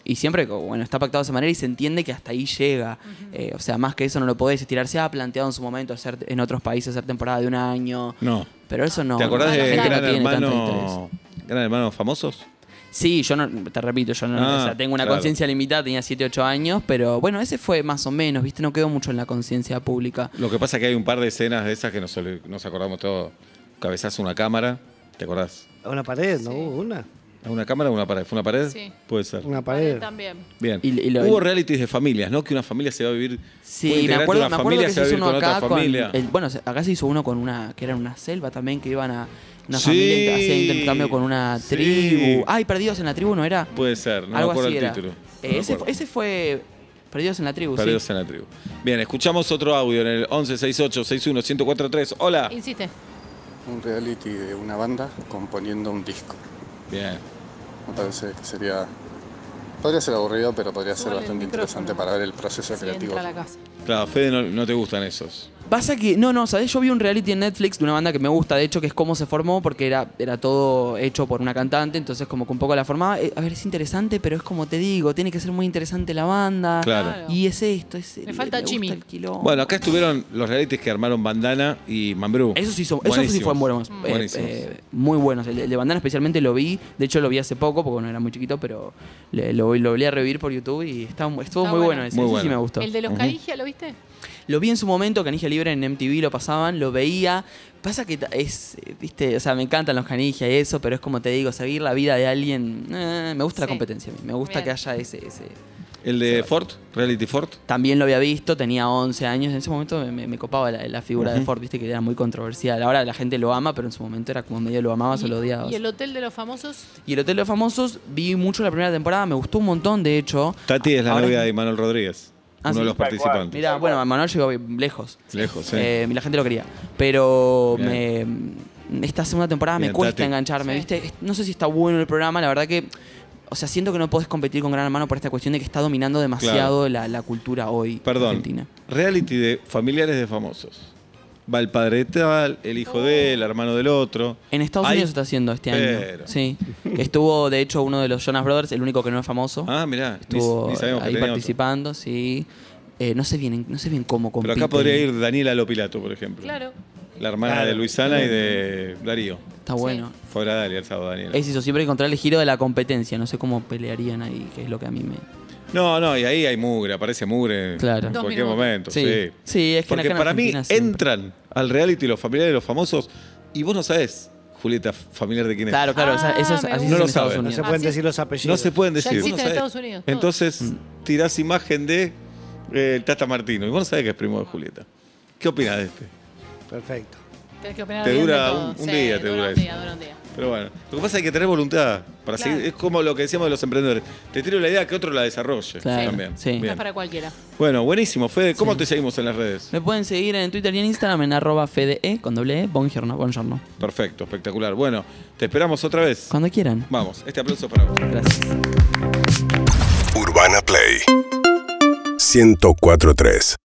Speaker 3: y siempre, como, bueno, está pactado de esa manera y se entiende que hasta ahí llega. Eh, o sea, más que eso no lo podés estirar. Se ha planteado en su momento hacer en otros países hacer temporada de un año.
Speaker 2: No.
Speaker 3: Pero eso no.
Speaker 2: ¿Te acordás
Speaker 3: la
Speaker 2: de
Speaker 3: gente no
Speaker 2: Gran
Speaker 3: tiene tanto interés.
Speaker 2: Hermano? Gran Hermano famosos?
Speaker 3: Sí, yo no, te repito, yo no,
Speaker 2: Ah,
Speaker 3: o sea, tengo una
Speaker 2: claro.
Speaker 3: conciencia limitada, tenía 7, 8 años, pero bueno, ese fue más o menos, ¿viste? No quedó mucho en la conciencia pública.
Speaker 2: Lo que pasa es que hay un par de escenas de esas que nos, olvi- nos acordamos todos. Cabezazo a una cámara, ¿te acordás?
Speaker 8: A una pared, ¿no? hubo Una.
Speaker 2: ¿A una cámara o una pared? ¿Fue una pared?
Speaker 4: Sí.
Speaker 2: Puede ser.
Speaker 8: Una pared.
Speaker 4: También.
Speaker 2: Bien.
Speaker 3: y lo-
Speaker 2: Hubo realities de familias, ¿no? Que una familia se va a vivir. un
Speaker 3: Sí, me
Speaker 2: integrante de
Speaker 3: acuerdo,
Speaker 2: una
Speaker 3: me acuerdo
Speaker 2: familia
Speaker 3: que
Speaker 2: se
Speaker 3: se
Speaker 2: va a
Speaker 3: hizo
Speaker 2: vivir
Speaker 3: uno
Speaker 2: con
Speaker 3: acá
Speaker 2: otra
Speaker 3: con...
Speaker 2: familia.
Speaker 3: el- bueno, se- acá se hizo uno con una... que era una selva también, que iban a... Una
Speaker 2: Sí,
Speaker 3: familia hacía intercambio con una
Speaker 2: sí.
Speaker 3: tribu. Ay, perdidos en la tribu, ¿no era?
Speaker 2: Puede ser, no me
Speaker 3: Algo
Speaker 2: acuerdo
Speaker 3: así
Speaker 2: el
Speaker 3: era.
Speaker 2: título.
Speaker 3: Eh,
Speaker 2: No me
Speaker 3: ese,
Speaker 2: acuerdo.
Speaker 3: ese fue... Perdidos en la tribu,
Speaker 2: Perdidos
Speaker 3: sí.
Speaker 2: en la tribu. Bien, escuchamos otro audio en el 1168-61-1043. Hola.
Speaker 4: Insiste.
Speaker 15: Un reality de una banda componiendo un disco.
Speaker 2: Bien.
Speaker 15: Me parece que sería. Podría ser aburrido, pero podría ser
Speaker 4: Súbale el
Speaker 15: bastante
Speaker 4: micrófono.
Speaker 15: interesante para ver el proceso
Speaker 4: Si
Speaker 15: creativo.
Speaker 4: entra a la casa.
Speaker 2: Claro, Fede, no, no te gustan esos.
Speaker 3: Pasa que, no, no, ¿sabes? Yo vi un reality en Netflix de una banda que me gusta, de hecho, que es cómo se formó, porque era, era todo hecho por una cantante, entonces como que un poco la formaba. Eh, a ver, es interesante, pero es como te digo, tiene que ser muy interesante la banda.
Speaker 2: Claro.
Speaker 3: Y es esto, es...
Speaker 4: Me falta
Speaker 3: gusta
Speaker 4: Jimmy.
Speaker 3: el quilombo.
Speaker 2: Bueno, acá estuvieron los realities que armaron Bandana y Mambrú.
Speaker 3: Eso sí, son, eso sí fueron buenos. eh,
Speaker 2: Mm. Buenísimos.
Speaker 3: eh, muy buenos. El, de- el de Bandana especialmente lo vi. De hecho, lo vi hace poco, porque no era muy chiquito, pero le- lo, lo volví a revivir por YouTube y está- estuvo
Speaker 4: Está
Speaker 3: muy bueno,
Speaker 4: bueno.
Speaker 3: ese.
Speaker 2: Muy
Speaker 3: Ese sí
Speaker 2: bueno.
Speaker 3: me gustó.
Speaker 4: El de los
Speaker 3: Ujú.
Speaker 4: Carigia, ¿lo viste?
Speaker 3: Lo vi en su momento, Canigia Libre en MTV lo pasaban, lo veía. Pasa que ta- es, eh, viste, o sea, me encantan los Canigia y eso, pero es como te digo, seguir la vida de alguien. eh, me gusta la
Speaker 4: Sí.
Speaker 3: competencia, a mí, me gusta
Speaker 4: Bien.
Speaker 3: que haya ese, ese.
Speaker 2: El de Ford, Reality Ford.
Speaker 3: También lo había visto, tenía 11 años, en ese momento me, me- me copaba la, la figura de
Speaker 2: Ujú.
Speaker 3: Ford, viste, que era muy controversial. Ahora la gente lo ama, pero en su momento era como medio lo amabas o Ah, lo odiabas.
Speaker 4: Y el Hotel de los Famosos,
Speaker 3: Y el Hotel de los Famosos, vi mucho la primera temporada, me gustó un montón, de hecho.
Speaker 2: Tati es la
Speaker 3: Ahora-
Speaker 2: novia de Manuel Rodríguez,
Speaker 3: Ah,
Speaker 2: uno
Speaker 3: sí.
Speaker 2: de los participantes.
Speaker 3: Mira, bueno, Manuel llegó lejos.
Speaker 2: Lejos, sí.
Speaker 3: Eh, la gente lo quería. Pero me, esta segunda temporada
Speaker 2: Bien,
Speaker 3: me cuesta
Speaker 2: Tati.
Speaker 3: engancharme,
Speaker 4: Sí.
Speaker 3: ¿viste? Es- No sé si está bueno el programa, la verdad que. O sea, siento que no podés competir con Gran Hermano por esta cuestión de que está dominando demasiado la, la cultura hoy
Speaker 2: Perdón.
Speaker 3: argentina.
Speaker 2: Reality de familiares de famosos. Va el padre de tal, el hijo de él, el hermano del otro.
Speaker 3: Oh. En Estados
Speaker 2: Hay-
Speaker 3: Unidos está haciendo este año.
Speaker 2: Pero.
Speaker 3: Sí. Estuvo, de hecho, uno de los Jonas Brothers, el único que no es famoso.
Speaker 2: Ah, mirá, ni-
Speaker 3: Estuvo
Speaker 2: ni sabemos que
Speaker 3: ahí
Speaker 2: tenía otro.
Speaker 3: participando, sí. Eh, no sé bien, no sé bien cómo
Speaker 2: Pero
Speaker 3: compite.
Speaker 2: acá podría ir Daniela Lopilato, por ejemplo.
Speaker 4: claro.
Speaker 2: La hermana
Speaker 3: Claro.
Speaker 2: de Luisana y de Darío.
Speaker 3: Está bueno.
Speaker 2: Fue a Dalia el sábado, Daniela.
Speaker 3: Es eso, siempre hay que encontrar el giro de la competencia. No sé cómo pelearían ahí, que es lo que a mí me.
Speaker 2: No, no, y ahí hay mugre, aparece mugre
Speaker 3: Claro.
Speaker 2: en
Speaker 3: Dos
Speaker 2: cualquier
Speaker 3: minutos.
Speaker 2: momento. Sí.
Speaker 3: Sí. Sí, es que
Speaker 2: Porque
Speaker 3: acá en
Speaker 2: para mí
Speaker 3: Argentina siempre.
Speaker 2: entran al reality los familiares de los famosos y vos no sabés, Julieta, familiar de quién es.
Speaker 3: Claro, claro, o sea, eso es, así
Speaker 4: me
Speaker 2: gusta.
Speaker 3: es
Speaker 2: No lo
Speaker 3: en Estados
Speaker 2: saben.
Speaker 8: No
Speaker 3: Unidos.
Speaker 8: se pueden
Speaker 4: sí.
Speaker 8: decir los apellidos.
Speaker 2: No se pueden
Speaker 4: Ya
Speaker 2: decir.
Speaker 4: existe
Speaker 2: vos
Speaker 4: en
Speaker 2: no sabés.
Speaker 4: Estados Unidos, todo.
Speaker 2: Entonces
Speaker 3: Mm.
Speaker 2: tirás imagen de eh, el Tata Martino y vos no sabés que es primo de Julieta. ¿Qué opinas de este?
Speaker 8: Perfecto.
Speaker 4: Tenés que opinar
Speaker 2: Te
Speaker 4: bien de
Speaker 2: dura
Speaker 4: todo.
Speaker 2: un- un
Speaker 4: Sí,
Speaker 2: día, te dura
Speaker 4: un
Speaker 2: eso.
Speaker 4: día, dura un día.
Speaker 2: Pero bueno, lo que pasa es que hay que tener voluntad para
Speaker 4: Claro.
Speaker 2: seguir. Es como lo que decíamos de los emprendedores. Te tiro la idea que otro la desarrolle
Speaker 3: Claro,
Speaker 2: también.
Speaker 3: sí.
Speaker 2: Bien.
Speaker 4: No es para cualquiera.
Speaker 2: Bueno, buenísimo. Fede, ¿cómo te seguimos en las redes?
Speaker 3: Me pueden seguir en Twitter y en Instagram en arroba fede con doble e, bongiorno, bongiorno.
Speaker 2: Perfecto, espectacular. Bueno, te esperamos otra vez.
Speaker 3: Cuando quieran.
Speaker 2: Vamos, este aplauso para vos.
Speaker 3: Gracias.
Speaker 16: Urbana Play 1043